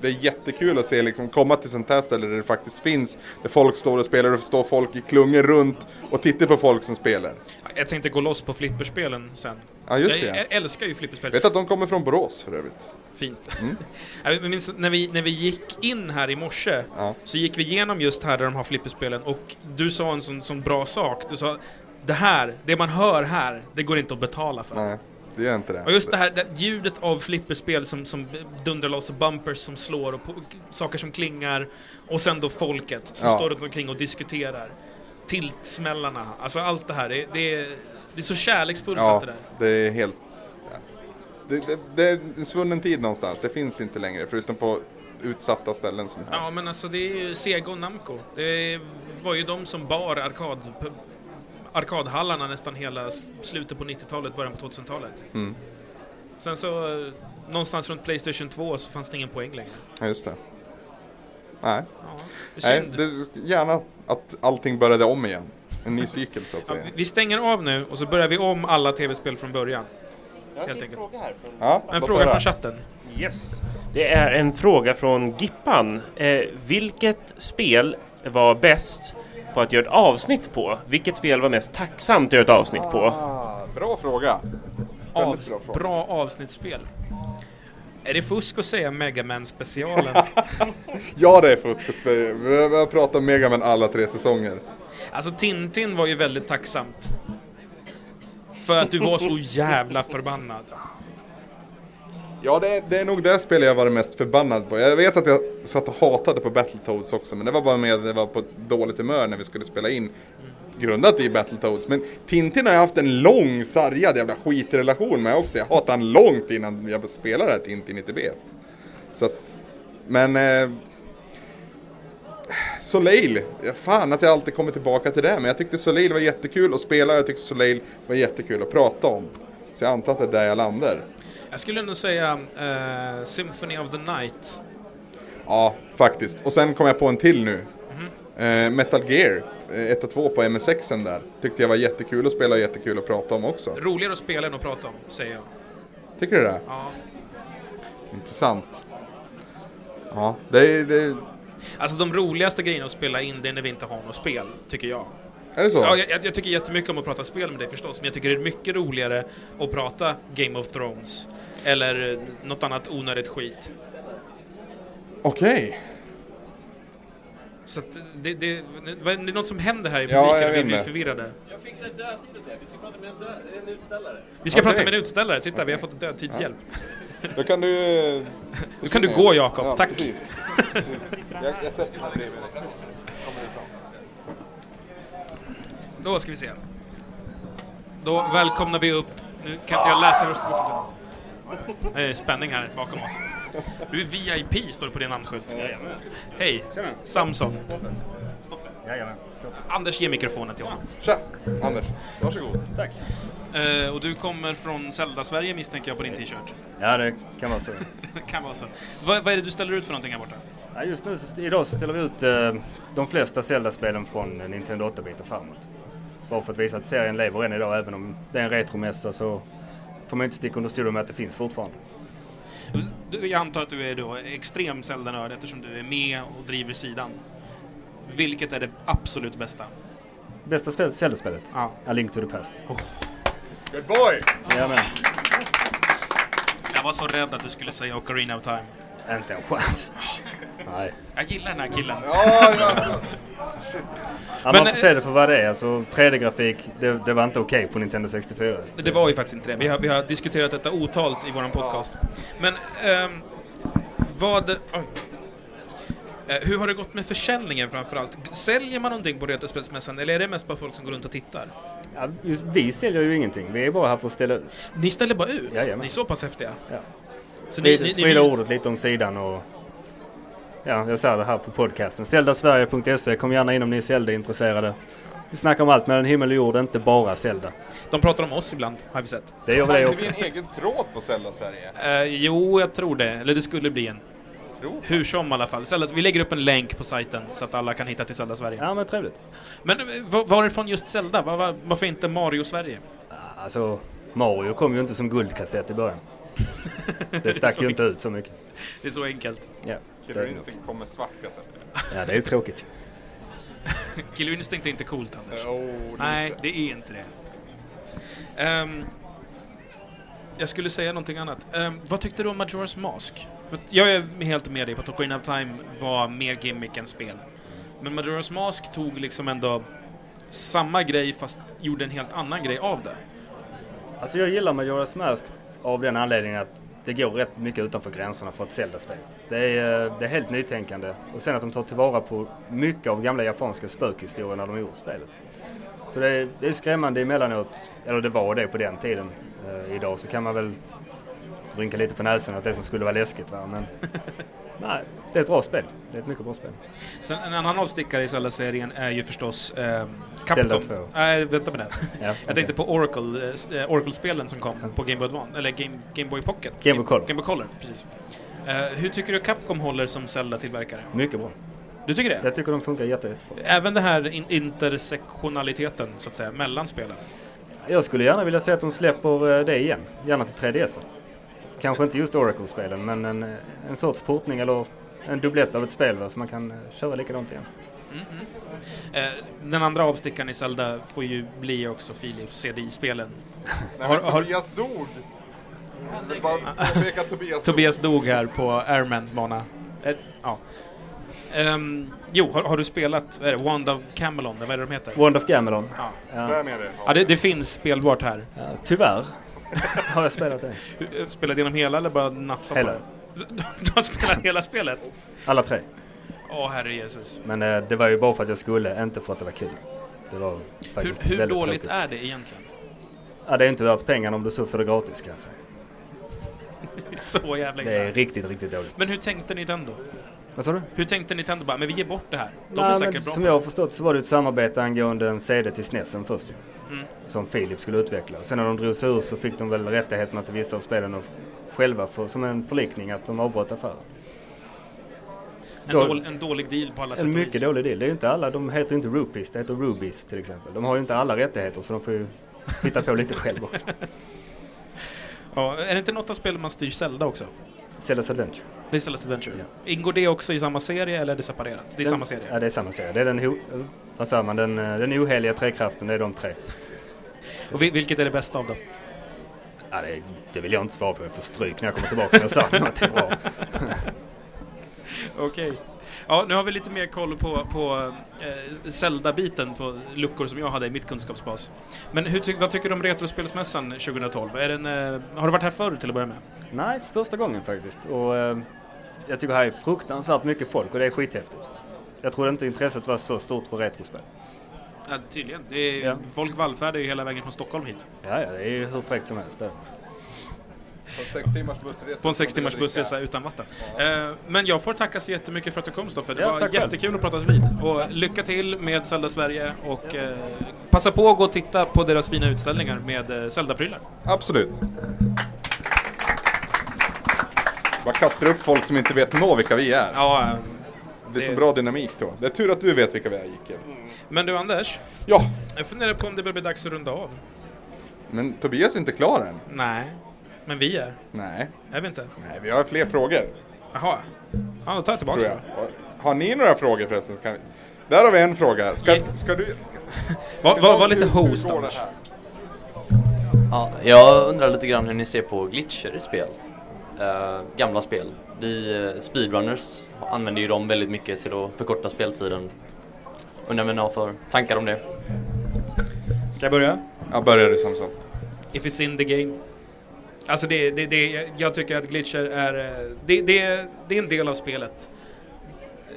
S1: det är jättekul att se liksom komma till sånt här ställe där det faktiskt finns. Där folk står och spelar och står folk i klungor runt och tittar på folk som spelar.
S3: Jag tänkte gå loss på flipperspelen sen.
S1: Ja just
S3: jag
S1: det.
S3: ä- älskar ju flipperspel.
S1: Vet att de kommer från Borås för övrigt.
S3: Fint.
S1: Mm.
S3: Jag minns när vi, när vi gick in här i morse
S1: Ja.
S3: så gick vi igenom just här där de har flipperspelen och du sa en sån, sån bra sak. Du sa det här, det man hör här, det går inte att betala för.
S1: Nej, det är inte det.
S3: Och just det här det, ljudet av flipperspel som, som dundrar loss och bumpers som slår och på, saker som klingar och sen då folket som
S1: Ja.
S3: står runt omkring och diskuterar. Tiltsmällarna, alltså allt det här. Det, det, är- det är så kärleksfullt
S1: Ja,
S3: allt det där.
S1: det är helt... ja. Det, det, det är en svunnen tid någonstans. Det finns inte längre, förutom på utsatta ställen som här.
S3: Ja men alltså det är ju Sega och Namco. Det var ju de som bar arkad, p- arkadhallarna nästan hela s- slutet på 90-talet, början på 2000-talet.
S1: Mm.
S3: Sen så eh, någonstans runt Playstation 2 så fanns det ingen poäng längre.
S1: Ja, just det. Nej,
S3: Ja,
S1: Nej
S3: synd.
S1: det, gärna att allting började om igen. En ny cykel så att
S3: Ja,
S1: säga.
S3: vi- vi stänger av nu och så börjar vi om alla tv-spel från början. Helt enkelt.
S1: Ja,
S3: En
S1: låt
S3: fråga
S1: höra.
S3: från chatten.
S9: Yes. Det är en fråga från Gippan. Eh, vilket spel var bäst på att göra ett avsnitt på? Vilket spel var mest tacksamt att göra ett avsnitt på?
S1: Ah, bra fråga.
S3: Avs
S1: Väldigt bra fråga.
S3: bra avsnittsspel. Är det fusk att säga Megaman-specialen?
S1: Ja, det är fusk och spe- Vi har pratat om Megaman alla tre säsonger.
S3: alltså Tintin var ju väldigt tacksamt. För att du var så jävla förbannad.
S1: Ja, det, det är nog det spel jag var mest förbannad på. Jag vet att jag satt och hatade på Battletoads också, men det var bara med att jag var på ett dåligt humör när vi skulle spela in. Grundat i Battletoads, men Tintin har jag haft en lång sargad jävla skitrelation med också. Jag hatade han långt innan jag spelade det här Tintin i Tibet. Så att, men... Eh, Soleil, ja, fan att jag alltid kommer tillbaka till det, men jag tyckte Soleil var jättekul att spela, jag tyckte Soleil var jättekul att prata om. Så jag antar att det är där jag landar.
S3: Jag skulle ändå säga eh, Symphony of the Night.
S1: Ja, faktiskt. Och sen kom jag på en till nu. Eh, Metal Gear 1 och 2 på MSX en där. Tyckte jag var jättekul att spela och jättekul att prata om också.
S3: Roligare att spela än att prata om, säger jag.
S1: Tycker du det?
S3: Ja.
S1: Intressant. Ja, det är, det är,
S3: Alltså de roligaste grejerna att spela in, det är när vi inte har något spel, tycker jag.
S1: är det så?
S3: Ja, jag, jag tycker jättemycket om att prata spel med dig förstås, men jag tycker det är mycket roligare att prata Game of Thrones. Eller eh, något annat onödigt skit.
S1: Okej.
S3: Så att det, det, vad är det något som händer här i
S1: Ja,
S3: publiken,
S1: jag
S3: vi
S1: vet
S3: blir
S1: inte.
S3: förvirrade.
S2: Jag fixar dödtid åt er. Vi ska prata med en, dö- en utställare.
S3: Vi ska
S1: Okej.
S3: prata med en utställare, titta vi har fått dödtidshjälp.
S1: Då kan du...
S3: Nu kan du gå Jakob,
S1: Ja,
S3: tack!
S1: precis. Jag, jag sätter mig bredvid dig.
S3: Då ska vi se. Då välkomnar vi upp... Nu kan inte jag läsa röstboken. Det är spänning här bakom oss. Du är VIP, står det på din namnskylt. Hej, Samson.
S8: Jajamän.
S3: Anders, ge mikrofonen till honom.
S1: Tja, Anders. Varsågod.
S3: Eh, och du kommer från Zelda-Sverige misstänker jag på din t-shirt.
S8: Ja, det kan vara så.
S3: kan vara så. Vad, vad är det du ställer ut för någonting här borta?
S8: Ja, just nu, så- idag så ställer vi ut eh, de flesta Zelda-spelen från eh, Nintendo 8-bit och framåt. Bara för att visa att serien lever än idag, även om det är en retromässa så får man inte sticka under stolen med att det finns fortfarande.
S3: Du, jag antar att du är då extrem Zelda-nörd eftersom du är med och driver sidan. Vilket är det absolut bästa?
S8: Bästa spel- Zelda-spelet?
S3: Ja. Oh.
S8: A Link to the Past.
S1: Good boy!
S8: Jajamän.
S3: Jag var så rädd att du skulle säga Ocarina of Time.
S8: Inte en chans. Nej.
S3: Jag gillar den här killen.
S1: Ja, ja.
S8: Ja,
S3: Men, eh,
S8: man får se det för vad det är. Alltså, 3D-grafik, det, det var inte okej på Nintendo 64.
S3: Det var ju faktiskt inte det. Vi har, vi har diskuterat detta otalt i vår podcast. Men ehm, vad... Oj. Eh, Hur har det gått med försäljningen framförallt? Säljer man någonting på Retrospelsmässan eller är det mest bara folk som går runt och tittar?
S8: Ja, just- vi säljer ju ingenting. Vi är bara här för att ställa ut.
S3: Ni ställer bara ut?
S8: Jajamän.
S3: Ni är så pass häftiga?
S8: Ja.
S3: Så ni, ni, ni,
S8: Sprida ordet lite om sidan och... Ja, jag säger det här på podcasten. Zeldasverige.se. Kom gärna in om ni är Zelda-intresserade. Vi snackar om allt mellan himmel och jord, inte bara Zelda.
S3: de pratar om oss ibland, har vi sett.
S8: Det gör vi det
S1: Hade
S8: också.
S1: vi en egen tråd på Zelda Sverige?
S3: Eh, jo, jag tror det. Eller det skulle bli en.
S1: Tror.
S3: Hur som i alla fall. Zelda, vi lägger upp en länk på sajten så att alla kan hitta till Zelda Sverige.
S8: Ja, men trevligt.
S3: Men eh, var- varifrån just Zelda? Var, var, varför inte Mario Sverige?
S8: Alltså, Mario kom ju inte som guldkassett i början. Det stack ju inte ut så mycket.
S3: Det är så enkelt.
S8: Ja, det,
S1: Killer
S8: är-
S1: Instinct kommer svart alltså.
S8: ja, det är ju tråkigt. ju.
S3: Killer Instinct är inte coolt, Anders.
S1: Eh, oh, det är
S3: Nej,
S1: inte-
S3: det är inte det. Ehm, jag skulle säga någonting annat. Ehm, vad tyckte du om Majora's Mask? För att jag är helt med dig på att Ocarina of Time var mer gimmick än spel. Men Majora's Mask tog liksom ändå samma grej fast gjorde en helt annan grej av det.
S8: Alltså jag gillar Majora's Mask av den anledningen att det går rätt mycket utanför gränserna för ett Zelda-spel. Det är, eh, det är helt nytänkande och sen att de tar tillvara på mycket av gamla japanska spökhistorier när de gjort spelet. Så det är, det är skrämmande emellanåt, eller det var det på den tiden. Eh, idag så kan man väl rynka lite på näsan att det som skulle vara läskigt va, men nej, det är ett bra spel. Det är ett mycket bra spel.
S3: Sen en annan avstickare i Zelda-serien är ju förstås ehm,
S8: Zelda
S3: Capcom.
S8: 2.
S3: Nej, vänta med den.
S8: Ja,
S3: Jag tänkte på Oracle, eh, s- eh, Oracle-spelen som kom på Game Boy Advance, eller Game, Game Boy Pocket.
S8: Game Boy Color.
S3: Game Boy Color, precis. Eh, hur tycker du Capcom håller som Zelda-tillverkare?
S8: Mycket bra.
S3: Du tycker det?
S8: Jag tycker de funkar jätte, jättebra.
S3: Även den här in- intersektionaliteten, så att säga, mellan spelen.
S8: Jag skulle gärna vilja se att de släpper eh, det igen. Gärna till 3DS. Kanske inte just Oracle-spelen, men en, eh, en sorts portning eller en dubblett av ett spel va, så man kan eh, köra likadant igen.
S3: Eh, den andra avstickaren i Zelda får ju bli också Philips CDI-spelen. Har- har-
S1: Tobias dog! vill bara påpeka att Tobias...
S3: Tobias dog här på Airmans bana. Eh, ja. Ehm, jo, har, har du spelat vad är det, Wand of Camelon, eller vad är det de heter?
S8: Wand of Gamelon.
S3: Ja.
S8: Ja.
S1: Vem är det?
S3: Ja, det, det finns spelbart här.
S8: Ja, tyvärr har jag spelat det.
S3: Spelade eh, genom hela eller bara nafsade
S8: Hela.
S3: på det? Du har spelat hela spelet?
S8: Alla tre.
S3: Åh, herre Jesus.
S8: Men eh, det var ju bara för att jag skulle, inte för att det var kul. Det var
S3: Hur,
S8: faktiskt
S3: hur
S8: väldigt
S3: dåligt
S8: tråkigt.
S3: är det egentligen?
S8: Ja, det är inte värt pengarna om du så får det gratis kan jag säga.
S3: Så jävla illa.
S8: Det är riktigt, riktigt dåligt.
S3: Men hur tänkte Nintendo?
S8: Vad sa du?
S3: Hur tänkte Nintendo bara, men vi ger bort det här? De är
S8: Nej, men
S3: säkert bra
S8: som
S3: på
S8: jag har förstått så var det ett samarbete angående en CD till SNESen först ju.
S3: Mm.
S8: Som Philips skulle utveckla. Sen när de drog sig ur så fick de väl rättigheterna till vissa av spelen och själva för, som en förlikning att de avbröt affären.
S3: Alltså, en,
S8: då-
S3: dål, en dålig deal på alla sätt
S8: En
S3: och
S8: mycket
S3: vis.
S8: dålig deal. Det är ju inte alla, de heter ju inte Rupees, det heter Rubies till exempel. De har ju inte alla rättigheter så de får ju hitta på lite själv också.
S3: Ja, är det inte något av spelen man styr Zelda också?
S8: Zelda's Adventure.
S3: Det är Zelda's Adventure.
S8: Ja.
S3: Ingår det också i samma serie eller är det separerat? Det är
S8: Den-
S3: samma serie.
S8: Ja, det är samma serie. Det är den, ho- vad säger man, den, eh, den oheliga trekraften, det är de tre.
S3: Och vi- vilket är det bästa av dem?
S8: Ja, det, det vill jag inte svara på, jag får stryk när jag kommer tillbaka och jag sa att något är bra.
S3: Okej. Ja, nu har vi lite mer koll på, på eh, Zelda-biten, på luckor som jag hade i mitt kunskapsbas. Men hur ty vad tycker du om Retrospelsmässan 2012? Är den, eh, har du varit här förr till att börja med?
S8: Nej, första gången faktiskt. Och, eh, jag tycker här är fruktansvärt mycket folk och det är skithäftigt. Jag trodde inte intresset var så stort för retrospel.
S3: Ja, tydligen. Det är,
S8: Ja.
S3: Folk vallfärdar ju hela vägen från Stockholm hit.
S8: Ja, ja, det är ju hur fräckt som helst. Det.
S1: På en sex timmars bussresa.
S3: På en sex timmars
S1: som vi dricker.
S3: bussresa utan vatten. Eh, men jag får tacka så jättemycket för att du kom Stoffe. Det
S8: Ja,
S3: var
S8: tack själv.
S3: jättekul att prata vid. Och lycka till med Zelda Sverige och eh, passa på att gå och titta på deras fina utställningar med eh, Zelda-prylar.
S1: Absolut. Bara kastar upp folk som inte vet nå vilka vi är.
S3: Ja, eh,
S1: Det blir så
S3: det-
S1: bra dynamik då. Det är tur att du vet vilka vi är, Jicke.
S3: men du Anders,
S1: Ja,
S3: jag funderar på om det börjar bli dags att runda av.
S1: men Tobias är inte klar än.
S3: Nej, men vi är.
S1: Nej,
S3: Är vi inte?
S1: nej vi har fler frågor.
S3: Jaha. Ja, då tar jag tillbaka
S1: tror
S3: det.
S1: jag. Har ni några frågor förresten? Ska, där har vi en fråga. Ska, ska du... Ska,
S3: Var, var, var lite
S1: hur- hur
S3: host
S1: går det
S3: Anders.
S1: här?
S10: Ja, jag undrar lite grann hur ni ser på glitcher i spel. Eh, gamla spel. Vi eh, speedrunners använder ju dem väldigt mycket till att förkorta speltiden. Undrar vad ni har för tankar om det?
S3: Ska jag börja?
S1: Ja, börjar du Samson.
S3: If it's in the game. Alltså det, det, det, jag tycker att glitcher är... eh, Det, det, det är en del av spelet.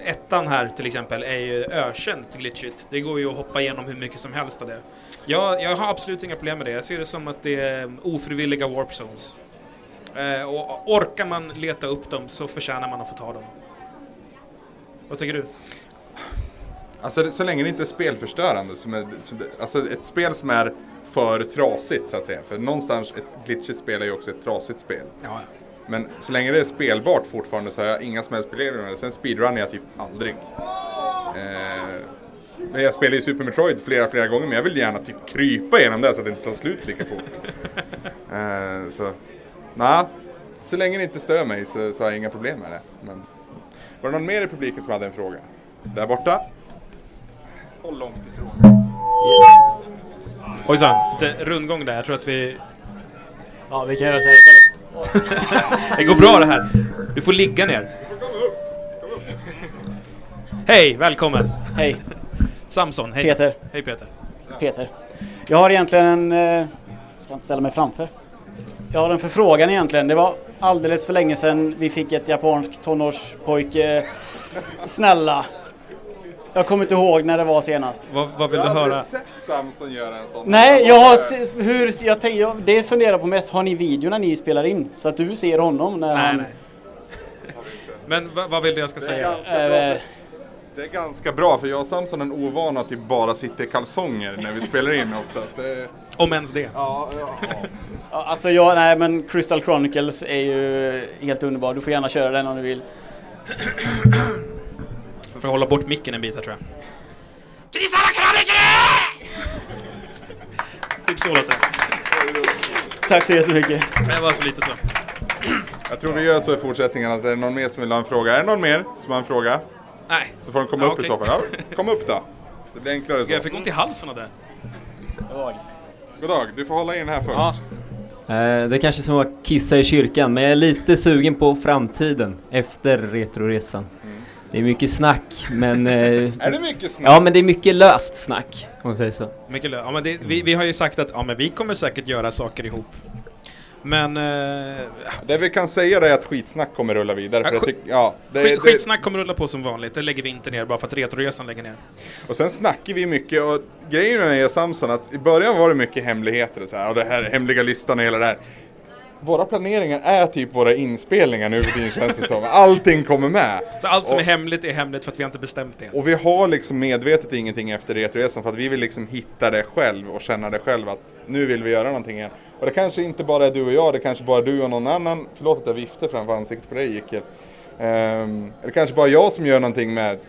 S3: Ettan här till exempel är ju ökänt glitchigt. Det går ju att hoppa igenom hur mycket som helst av det. Jag, jag har absolut inga problem med det. Jag ser det som att det är eh, ofrivilliga warp zones. Eh, och orkar man leta upp dem så förtjänar man att få ta dem. Vad tycker du?
S1: Alltså det- så länge det inte är spelförstörande. Som är, som, alltså ett spel som är för trasigt så att säga. För någonstans, ett glitchigt spel är ju också ett trasigt spel.
S3: Ja,
S1: Men så länge det är spelbart fortfarande så har jag inga som helst problem med det. Sen speedrunnar jag typ aldrig. Eh, men jag spelar ju Super Metroid flera, flera gånger men jag vill gärna typ krypa igenom det så att det inte tar slut lika fort. eh, så, nah, så länge det inte stör mig så, så har jag inga problem med det. Men, var det någon mer i publiken som hade en fråga? Där borta? Håll långt ifrån.
S3: Ojsan, lite rundgång där. Jag tror att vi...
S4: Ja, vi kan göra så här istället.
S3: Det går bra det här. Du får ligga ner. Hej, välkommen.
S11: Hej,
S3: Samson, hej.
S11: Peter.
S3: Hej Peter.
S11: Peter. Jag har egentligen en... eh, Ska inte ställa mig framför. Jag har en förfrågan egentligen. Det var alldeles för länge sedan vi fick ett japanskt tonårspojke. Snälla. Jag kommer inte ihåg när det var senast.
S3: Vad, vad vill
S1: Jag
S3: du
S1: har
S3: höra?
S1: aldrig sett Samson göra en sån.
S11: Nej, jag har... t- Hur, jag tänker, jag, det funderar jag på mest. Har ni video när ni spelar in? Så att du ser honom när
S3: Nej,
S11: han...
S3: nej. Men vad, vad vill du jag ska
S1: Det är
S3: säga?
S1: ganska bra
S11: nej.
S1: Det är ganska bra för jag och Samson är en ovana att typ bara sitta i kalsonger när vi spelar in oftast. Det,
S3: Om ens det.
S1: ja, ja, ja.
S11: Ja, Alltså jag, nej men Crystal Chronicles är ju helt underbar. Du får gärna köra den om du vill.
S3: För att hålla bort micken en bit här tror jag. Typ så låter det.
S11: Tack så jättemycket.
S3: Det var så lite så.
S1: Jag tror vi gör så i fortsättningen att är det någon mer som vill ha en fråga? Är det någon mer som har en fråga?
S3: Nej,
S1: Så får de komma
S3: Ja,
S1: upp i
S3: okej.
S1: så fall. Ja, kom upp då. Det blir enklare så.
S3: jag fick ont i halsen av det.
S1: God dag, du får hålla in här först.
S12: Eh, Det kanske som var kissa i kyrkan, men jag är lite sugen på framtiden efter Retroresan. Det är mycket snack, men... är
S1: Är det mycket snack?
S12: Ja, men det är mycket löst snack, om man säger så.
S3: Mycket lö- ja, men det, vi, vi har ju sagt att ja, men vi kommer säkert göra saker ihop. Men... Eh,
S1: Det vi kan säga är att skitsnack kommer rulla vidare. För
S3: Ja,
S1: jag
S3: skit-
S1: tyck, ja, det,
S3: skit,
S1: det,
S3: skitsnack kommer rulla på som vanligt, det lägger vi inte ner bara för att Retroresan lägger ner.
S1: Och sen snackar vi mycket och grejen med mig och Samson att i början var det mycket hemligheter och så här, och det här är hemliga listan och hela det här. Våra planeringar är typ våra inspelningar nu för tiden känns det som. Allting kommer med.
S3: Så allt som
S1: och,
S3: är hemligt är hemligt för att vi har inte bestämt det.
S1: och vi har liksom medvetet ingenting efter Retroresan för att vi vill liksom hitta det själv och känna det själv att nu vill vi göra någonting igen. Och det kanske inte bara är du och jag, det kanske bara är du och någon annan. Förlåt att jag viftade framför ansiktet på dig Jickel. Ehm, det kanske bara är jag som gör någonting med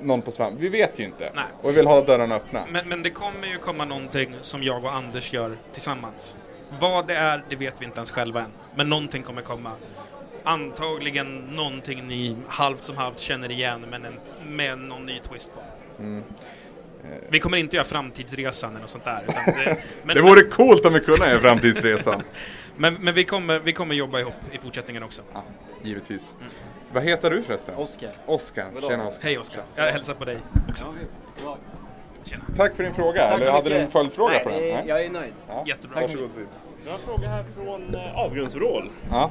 S1: någon på svamp. Vi vet ju inte.
S3: Nej.
S1: Och vi vill ha dörrarna öppna.
S3: Men, men det kommer ju komma någonting som jag och Anders gör tillsammans. Vad det är, det vet vi inte ens själva än. Men någonting kommer komma. Antagligen någonting ni halvt som halvt känner igen, men en, med någon ny twist på.
S1: Mm.
S3: Vi kommer inte göra framtidsresan eller något sånt där. Utan det, men,
S1: det vore coolt om vi kunde göra framtidsresan.
S3: men, men vi, kommer, vi kommer jobba ihop i fortsättningen också.
S1: Givetvis. Mm. Vad heter du förresten?
S3: Oskar.
S1: Oskar. Tjena Oskar.
S3: Hej Oskar. Jag hälsar på dig också.
S1: Tack för din fråga.
S3: Tack så
S1: Eller hade du
S3: mycket.
S1: en följdfråga
S3: Nej,
S1: på den?
S3: det-
S1: Nej?
S3: jag är nöjd.
S1: Ja.
S3: Jättebra.
S1: Tack. Varsågod Sid.
S9: Jag har en fråga här från eh, Avgrundsvrål.
S1: Ja.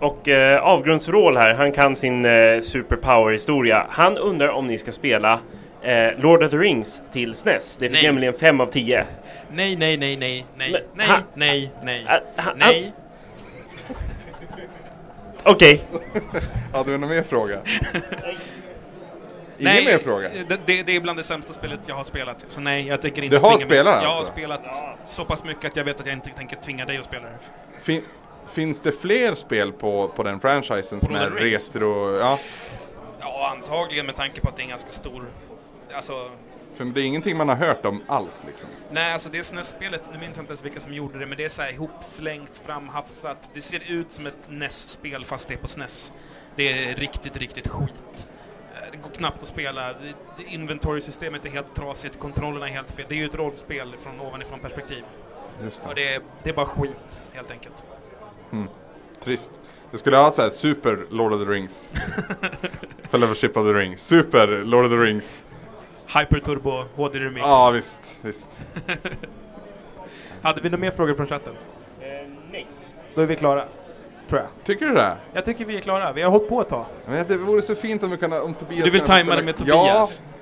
S9: Och eh, Avgrundsvrål här, han kan sin eh, superpower-historia. Han undrar om ni ska spela eh, Lord of the Rings till SNES. Det fick
S3: Nej.
S9: nämligen 5 av 10.
S3: Nej, nej, nej, nej, nej, nej,
S9: ha-
S3: nej, nej,
S9: ha-
S3: nej.
S9: Okej.
S1: Hade du någon mer fråga? Ingen
S3: Nej,
S1: mer fråga?
S3: Det, det, det är bland det sämsta spelet jag har spelat. Så nej, jag tänker inte
S1: Du har
S3: tvinga
S1: spelat
S3: mig. Jag
S1: alltså?
S3: har spelat så pass mycket att jag vet att jag inte tänker tvinga dig att spela det.
S1: Fin- finns det fler spel på, på den franchisen som
S3: Lord
S1: är
S3: of the Rings?
S1: retro? Ja.
S3: Ja, antagligen med tanke på att det är en ganska stor... Alltså,
S1: För det är ingenting man har hört om alls liksom.
S3: nej, alltså det SNES-spelet, nu minns jag inte ens vilka som gjorde det, men det är så här ihopslängt, framhafsat. Det ser ut som ett NES-spel fast det är på SNES. Det är riktigt, riktigt skit. Eh, Det går knappt att spela. Det- det- Inventory-systemet är helt trasigt, kontrollerna är helt fel. Det är ju ett rollspel från ovanifrån perspektiv.
S1: Just det.
S3: Och det, är- det är bara skit, helt enkelt.
S1: Mm. Trist. Det skulle ha så här Super Lord of the Rings. Fellowship of the Ring. Super Lord of the Rings.
S3: Hyperturbo HD Remix.
S1: Ja, visst, visst.
S3: Hade vi några mer frågor från chatten? Eh,
S9: nej.
S3: Då är vi klara, tror jag.
S1: Tycker du det?
S3: Jag tycker vi är klara. Vi har hållit på ett tag.
S1: Men det vore så fint om, vi kunde, om Tobias
S3: Du vill
S1: kunde
S3: tajma
S1: spela-
S3: det med Tobias?
S1: Ja.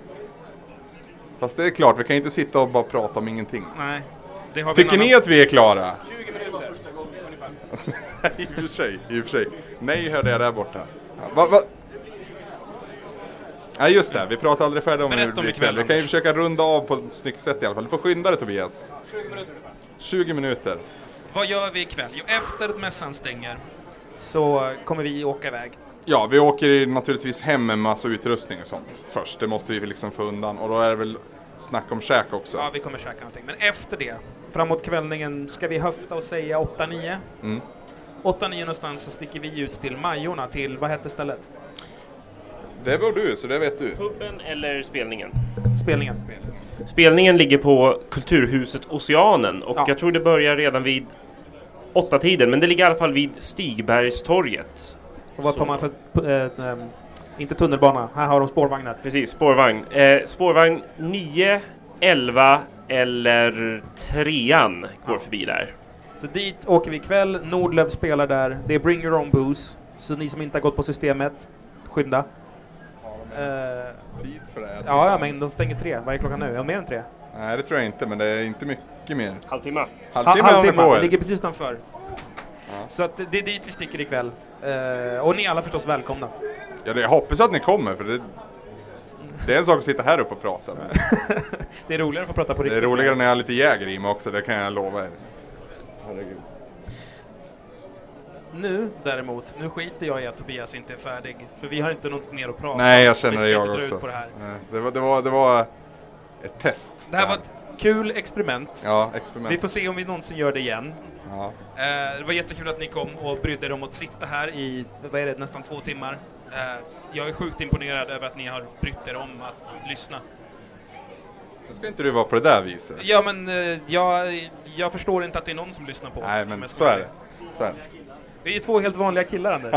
S1: Fast det är klart, vi kan ju inte sitta och bara prata om ingenting.
S3: Nej. Det har vi
S1: Tycker
S3: en
S1: ni
S3: annan-
S1: att vi är klara?
S2: 20 minuter. Första gången ungefär.
S1: I och för sig, i och för sig. Nej hörde jag där borta. Ja, Va, va? Nej just det, vi pratar aldrig färdigt om
S3: Berätta om
S1: blir
S3: ikväll,
S1: Vi kan ju
S3: Anders.
S1: försöka runda av på ett snyggt sätt i alla fall. Du får skynda dig Tobias.
S3: 20 minuter ungefär.
S1: 20 minuter.
S3: Vad gör vi ikväll? Jo, efter att mässan stänger så kommer vi åka iväg.
S1: Ja, vi åker ju naturligtvis hem med massa utrustning och sånt först. Det måste vi liksom få undan. Och då är det väl snack om käk också.
S3: Ja, vi kommer käka någonting. Men efter det, framåt kvällningen, ska vi höfta och säga 8-9?
S1: Mm.
S3: 8-9 någonstans så sticker vi ut till Majorna, till vad hette stället?
S1: Det var du, så det vet du.
S9: Puben eller spelningen?
S3: Spelningen.
S9: Spelningen ligger på Kulturhuset Oceanen och
S3: Ja.
S9: jag tror det börjar redan vid åtta tiden men det ligger i alla fall vid Stigbergstorget.
S3: Och vad tar
S9: Så-
S3: man för... eh, eh, inte tunnelbana, här har de spårvagnar.
S9: Precis, spårvagn. Eh, spårvagn 9, 11 eller 3 går förbi där.
S3: Så dit åker vi ikväll, Nordlöv spelar där, det är Bring Your Own Booze, så ni som inte har gått på systemet, skynda. Eh,
S1: Tid för det?
S3: ja, ja, men de stänger tre. Vad är klockan nu? Är det mer än tre?
S1: Nej, det tror jag inte, men det är inte mycket mer.
S9: Halvtimme.
S1: Halvtimme
S3: Ha-
S1: har ni på
S3: halvtimme,
S1: er.
S3: ligger precis utanför.
S1: Ja.
S3: Så att det är dit vi sticker ikväll. Eh, och ni är alla förstås välkomna.
S1: Ja, det, jag hoppas att ni kommer, för det, det är en sak att sitta här uppe och prata. Men
S3: Det är roligare att få prata på
S1: det
S3: riktigt.
S1: är roligare när jag har lite jäger i mig också, det kan jag lova er. Herregud.
S3: Nu däremot, nu skiter jag i att Tobias inte är färdig. För vi har inte något mer att prata om.
S1: Nej, jag känner
S3: vi
S1: det
S3: ska
S1: jag
S3: inte dra
S1: också.
S3: Ut på det, här.
S1: Nej, Det var, det, var, det var ett test.
S3: det här var ett kul experiment.
S1: Ja, experiment.
S3: Vi får se om vi någonsin gör det igen.
S1: Ja.
S3: Eh, det var jättekul att ni kom och brydde er om att sitta här i vad är det, nästan två timmar. Eh, jag är sjukt imponerad över att ni har brytt er om att lyssna.
S1: Nu ska inte du vara på det där viset.
S3: Ja, men eh, jag, jag förstår inte att det är någon som lyssnar på oss.
S1: Nej,
S3: om
S1: men
S3: jag ska
S1: så
S3: vara
S1: är det. Så är det.
S3: Vi är ju två helt vanliga killar, Anders.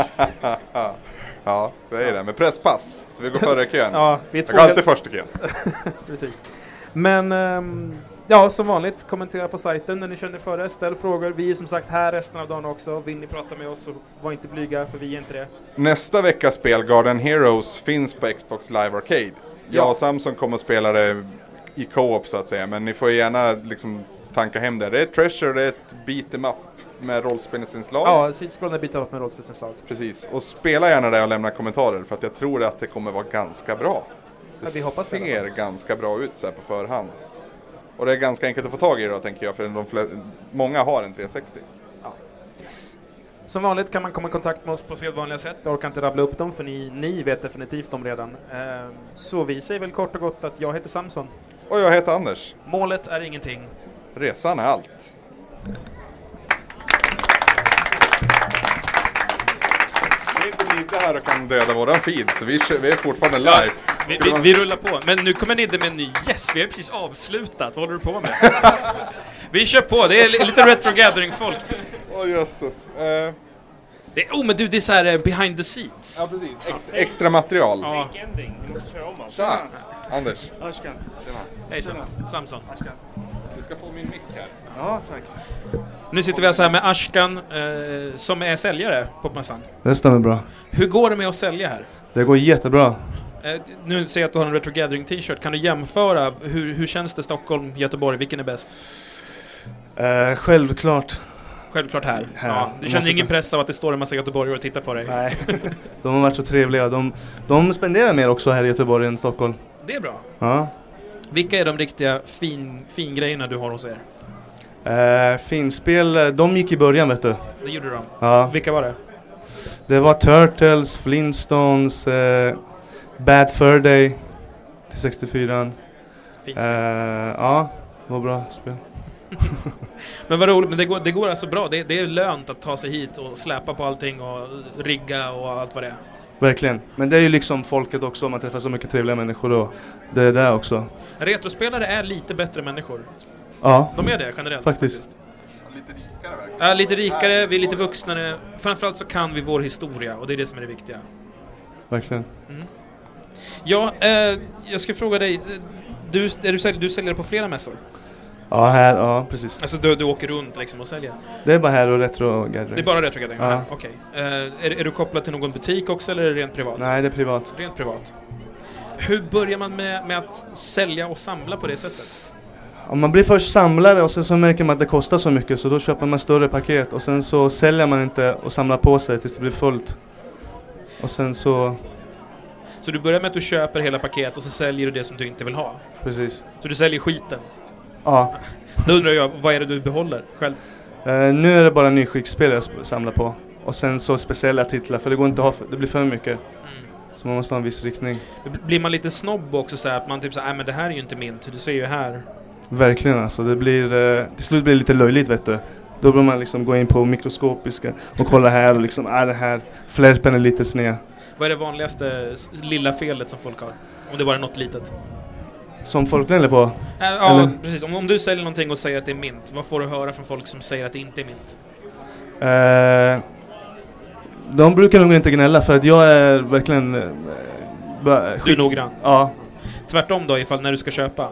S1: ja, det är det. Med presspass. Så vi går före i kön.
S3: Ja, vi är
S1: jag
S3: två
S1: går alltid
S3: helt-
S1: först i kön.
S3: Precis. Men ehm, ja, som vanligt, kommentera på sajten när ni känner för det. Ställ frågor. Vi är som sagt här resten av dagen också. Vill ni prata med oss så var inte blyga, för vi är inte det.
S1: Nästa veckas spel, Garden Heroes, finns på Xbox Live Arcade. Jag och Samson kommer att spela det i co-op så att säga, men ni får gärna liksom tanka hem det. Det är ett Treasure, det är ett beat em up med rollspelningsinslag.
S3: Ja, sidskrollande byter upp med rollspelsinslag.
S1: Precis, och spela gärna det och lämna kommentarer för att jag tror att det kommer vara ganska bra. Det
S3: Ja, vi hoppas det i alla
S1: ser ganska bra ut så här på förhand. Och det är ganska enkelt att få tag i då tänker jag, för de flä- många har en 360.
S3: Som vanligt kan man komma i kontakt med oss på sedvanliga sätt. Jag orkar inte rabbla upp dem, för ni, ni vet definitivt dem redan. Ehm, så vi säger väl kort och gott att jag heter Samson.
S1: Och jag heter Anders.
S3: Målet är ingenting.
S1: Resan är allt. Vi är inte lite här och kan döda våran feed, så vi, kör- vi är fortfarande live.
S3: Vi,
S1: Skulle
S3: vi,
S1: man-
S3: vi rullar på, men nu kommer Nidde med en ny gäst. Vi har precis avslutat. Vad håller du på med? vi kör på. Det är li- lite retro gathering-folk.
S1: Åh jösses. Eh,
S3: Det, oh, men du, det är så här eh, behind the scenes. Ja,
S1: precis. extra material.
S3: Ja.
S2: Fake ending. Du måste köra om allt.
S1: Tja! Anders.
S2: Ashkan.
S3: Hejsan. Samson.
S2: Ashkan.
S1: Du ska få min mick här.
S2: Ja, tack.
S3: Nu sitter vi alltså här med Ashkan, eh, som är säljare på mässan.
S13: Det stämmer bra.
S3: Hur går det med att sälja här?
S13: Det går jättebra.
S3: Eh, d- nu ser jag att du har en retro gathering t-shirt. Kan du jämföra? Hur, hur känns det Stockholm, Göteborg? Vilken är bäst?
S13: Eh, självklart.
S3: Självklart här.
S13: Här.
S3: Ja, du
S13: Jag
S3: känner
S13: måste säga-
S3: ingen press av att det står en massa göteborgare och tittar på dig?
S13: Nej. De har varit så trevliga. De, de spenderar mer också här i Göteborg än Stockholm.
S3: Det är bra.
S13: Ja.
S3: Vilka är de riktiga fin, fin grejerna du har hos er?
S13: Eh, finspel, eh, de gick i början vet du.
S3: Det gjorde de.
S13: Ja.
S3: Vilka var det?
S13: Det var Turtles, Flintstones, eh, Bad Fur Day till 64.
S3: Fint
S13: eh, Ja, det var bra spel.
S3: Men vad roligt, men det går, det går alltså bra. Det, det är lönt att ta sig hit och släpa på allting och rigga och allt vad det är.
S13: Verkligen. Men det är ju liksom folket också, man träffar så mycket trevliga människor och det är det också.
S3: Retrospelare är lite bättre människor.
S13: Ja.
S3: De är det generellt.
S13: Faktiskt.
S3: Ja, lite rikare, vi är lite vuxnare. Framförallt så kan vi vår historia och det är det som är det viktiga.
S13: Verkligen.
S3: Ja, eh, jag ska fråga dig. eh, Du, är du, sälj, du säljer på flera mässor?
S13: Ja, här, ja precis.
S3: Alltså du, du åker runt liksom och säljer?
S13: Det är bara här och retro gathering.
S3: Det är bara retrogathering?
S13: Ja.
S3: Okej. Eh, är, är du kopplad till någon butik också eller är det rent privat?
S13: Nej, det är privat.
S3: Rent privat. Hur börjar man med, med att sälja och samla på det sättet?
S13: Om man blir först samlare och sen så märker man att det kostar så mycket så då köper man större paket och sen så säljer man inte och samlar på sig tills det blir fullt. Och sen så,
S3: Så du börjar med att du köper hela paket och så säljer du det som du inte vill ha?
S13: precis.
S3: Så du säljer skiten?
S13: Ja.
S3: Då undrar jag, vad är det du behåller själv?
S13: Eh, nu är det bara nyskickspel jag sp- samlar på. Och sen så speciella titlar för det går inte att ha, för, det blir för mycket. Så man måste ha en viss riktning.
S3: Mm. Blir man lite snobb också så här, att man typ såhär, nej men det här är ju inte mint, du ser ju här.
S13: Verkligen alltså, det blir, eh, till slut blir det lite löjligt vet du. Då bör man liksom gå in på mikroskopiska och kolla här och liksom, är det här, flärpen är lite sned.
S3: Vad är det vanligaste s- lilla felet som folk har? Om det bara är något litet. Äh,
S13: Som folk gnäller på.
S3: ja,
S13: Eller?
S3: precis. Om, om du säljer någonting och säger att det är mint, vad får du höra från folk som säger att det inte är mint?
S13: Eh, de brukar nog inte gnälla för att jag är verkligen... eh, bara
S3: Du är
S13: skick-
S3: noggrann.
S13: Ja,
S3: Tvärtom då, ifall när du ska köpa?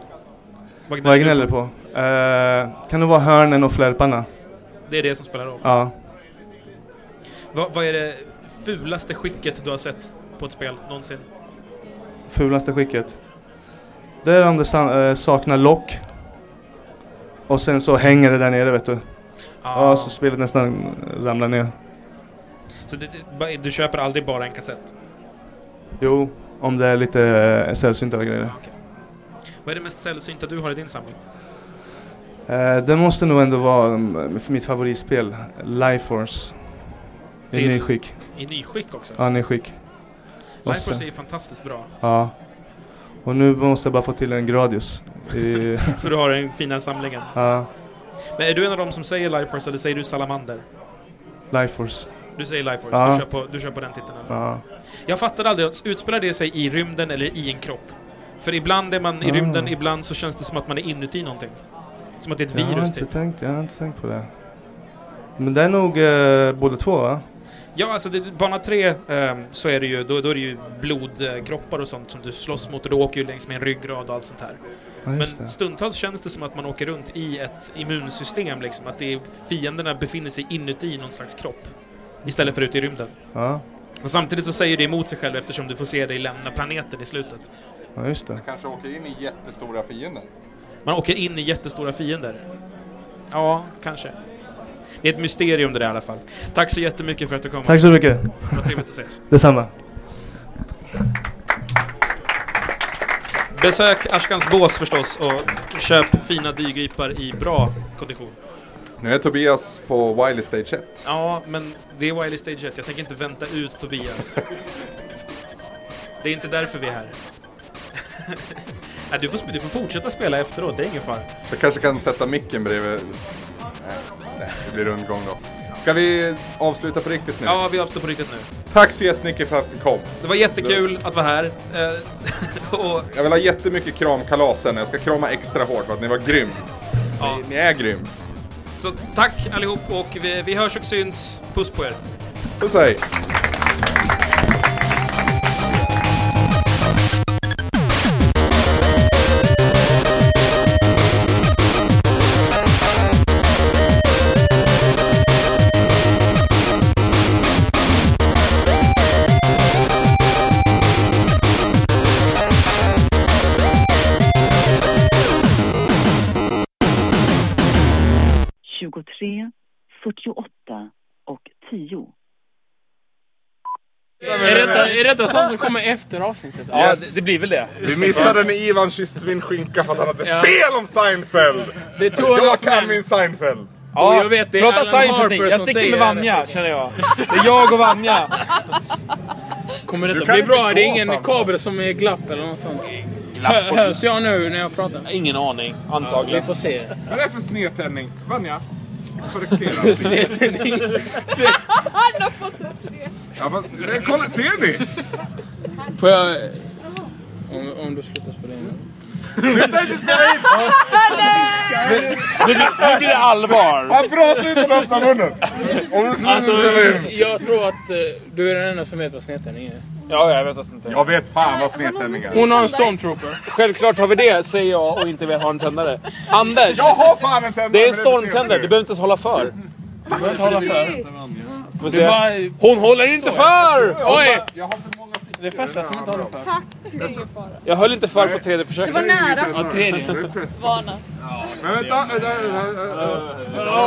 S3: Vad
S13: vad jag
S3: du
S13: gnäller på. Eh, kan det vara hörnen och flärparna?
S3: Det är det som spelar roll.
S13: Ja.
S3: Vad, vad är det fulaste skicket du har sett på ett spel någonsin?
S13: Fulaste skicket. Det är om det sam- eh, saknar lock. Och sen så hänger det där nere vet du.
S3: Ah,
S13: Ja, så spelet nästan ramlar ner.
S3: Så det, det, ba- du köper aldrig bara en kassett?
S13: Jo, om det är lite eh, sällsyntare grejer.
S3: Vad är det mest sällsynta du har i din samling?
S13: Eh, det måste nog ändå vara mm, mitt favoritspel, Life Force. I
S3: Till-
S13: nyskick.
S3: I nyskick också?
S13: Ja, nyskick. Och
S3: Life Force
S13: sen-
S3: är ju fantastiskt bra.
S13: Ja. Och nu måste jag bara få till en Gradius. I,
S3: Så du har den fina samlingen.
S13: ja,
S3: Men är du en av dem som säger Life Force eller säger du Salamander?
S13: Life Force.
S3: Du säger Life Force,
S13: Ja.
S3: du, kör på, du kör på den titeln i alla fall.
S13: Ja.
S3: Jag fattar aldrig, utspelar det sig i rymden eller i en kropp? För ibland är man i
S13: Ah.
S3: rymden, ibland så känns det som att man är inuti någonting. Som att det är ett
S13: jag har
S3: virus
S13: inte
S3: typ.
S13: tänkt, jag har inte tänkt på det. Men det är nog eh, båda två va?
S3: Ja, alltså det, bana 3 ehm, så är det ju, då, då är det ju blodkroppar och sånt som du slåss mot och du åker ju längs med en ryggrad och allt sånt här.
S13: Ja,
S3: Men
S13: just det.
S3: stundtals känns det som att man åker runt i ett immunsystem liksom, att det är, fienderna befinner sig inuti någon slags kropp. Istället för ute i rymden.
S13: Ja,
S3: Men samtidigt så säger det emot sig själv eftersom du får se dig lämna planeten i slutet.
S13: ja just det.
S1: Kanske åker in i jättestora fiender.
S3: Man åker in i jättestora fiender. Ja, kanske. Det är ett mysterium det där i alla fall. Tack så jättemycket för att du kom.
S13: Tack så mycket.
S3: Vad trevligt att ses.
S13: Detsamma.
S3: Besök Ashkans bås förstås och köp fina dyrgripar i bra kondition.
S1: Nu är Tobias på Wiley Stage 1.
S3: Ja, men det är Wiley Stage 1. Jag tänker inte vänta ut Tobias. Det är inte därför vi är här. Nej, du, får, sp- du får fortsätta spela efteråt, det är ingen fara.
S1: Jag kanske kan sätta micken bredvid. Nej, nej, det blir rundgång då. Ska vi avsluta på riktigt nu?
S3: Ja, vi avslutar på riktigt nu.
S1: Tack så jättemycket för att ni kom.
S3: Det var jättekul att vara här. Eh, och
S1: Jag vill ha jättemycket kramkalas sen. Jag ska krama extra hårt för att ni var grym. Ni, ni är grym.
S3: Så tack allihop och vi, vi hörs och syns. Puss på er.
S1: Puss hej!
S14: och 10.
S15: Är detta, är detta sånt som kommer efter avsnittet? Ja,
S1: Yes.
S15: det, det blir väl det.
S1: Vi missade när Ivan kysste min skinka för att han hade
S15: Ja.
S1: fel om Seinfeld!
S15: Det tog han
S1: jag
S15: upp
S1: kan
S15: med.
S1: min Seinfeld!
S15: Ja, Och jag vet, det är prata Alan Seinfeld Harper ni. Jag som sticker säger med Vanja,
S1: känner jag.
S15: Det är jag och Vanja. Kommer
S1: Du
S15: detta
S1: kan
S15: bli
S1: inte
S15: bra?
S1: gå,
S15: Det är ingen
S1: Samson.
S15: kabel som är glapp eller något sånt.
S1: Glapp
S15: Hö,
S1: och-
S15: hörs jag nu när jag pratar? Ingen aning.
S1: antagligen.
S15: vi får se.
S1: Vad är det för snedtändning? Vanja?
S15: Snedtändning.
S16: Han har fått en slet.
S1: Ja, fast, nej, kolla, ser ni?
S15: Får jag... Om, om du slutar spela in.
S1: Sluta inte spela in!
S15: Nu blir- nu blir det allvar.
S1: Han pratar inte med öppna munnen! Om du slutar
S15: Alltså,
S1: spela in!
S15: jag tror att eh, du är den enda som vet vad snedtändning är.
S1: Ja, jag vet vad snedtändning Jag vet fan vad snedtändning är.
S15: Hon har en stormtrooper.
S17: Självklart har vi det, säger jag och inte har en tändare. Anders!
S1: Jag har fan en tändare!
S17: Det är en
S1: men för sent
S17: stormtändare,
S1: nu.
S17: du behöver inte ens hålla för. Får vi
S15: Du
S17: se.
S15: bara-
S17: Hon håller inte för!
S15: Oj! Det är första som inte håller för.
S16: Tack, det är ingen fara.
S17: Jag höll inte för på tredje
S16: Det
S17: försöket.
S16: var nära.
S15: Ja, tredje.
S16: Vana.
S1: Men vänta, vänta,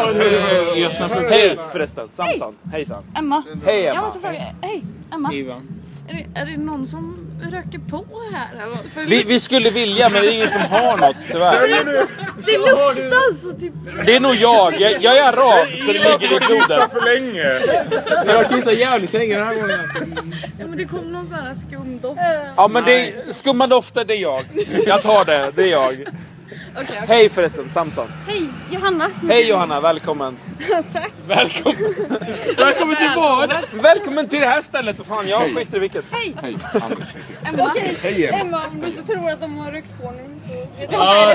S1: vänta,
S17: Eh, jag snappar upp. Hej förresten, Samson. Hejsan.
S16: Emma.
S17: Hej, Emma.
S16: Jag måste fråga. Hej Emma.
S15: Ivan.
S16: Är det, är det någon som röker på här? eller? För-
S17: Vi, vi skulle vilja men det är ingen som har något tyvärr.
S16: Det luktar så typ...
S17: Det är nog jag. Jag, jag är arab så det ligger i blodet.
S1: för länge!
S15: Jag har kissat jävligt länge den här gången.
S16: Ja, men det kom någon sån här skum doft.
S3: Eh.
S17: Ja men det är, skumma dofter, det är jag. Jag tar det, det är jag.
S16: Okej, okej.
S17: Hej förresten, Samson.
S16: Hej Johanna.
S17: Hej Johanna, välkommen.
S16: Tack.
S17: Välkommen.
S16: Välkommen till vad?
S17: Välkommen till det här stället för fan, jag skiter i vilket.
S16: Hej.
S1: Hej, Anders
S16: Emma.
S17: Hej, Emma.
S16: Emma, om du inte tror att de har rökt på nu så...
S17: Ja.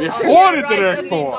S17: Vi har inte
S16: Right,
S17: rökt
S16: men
S17: på.
S16: inte.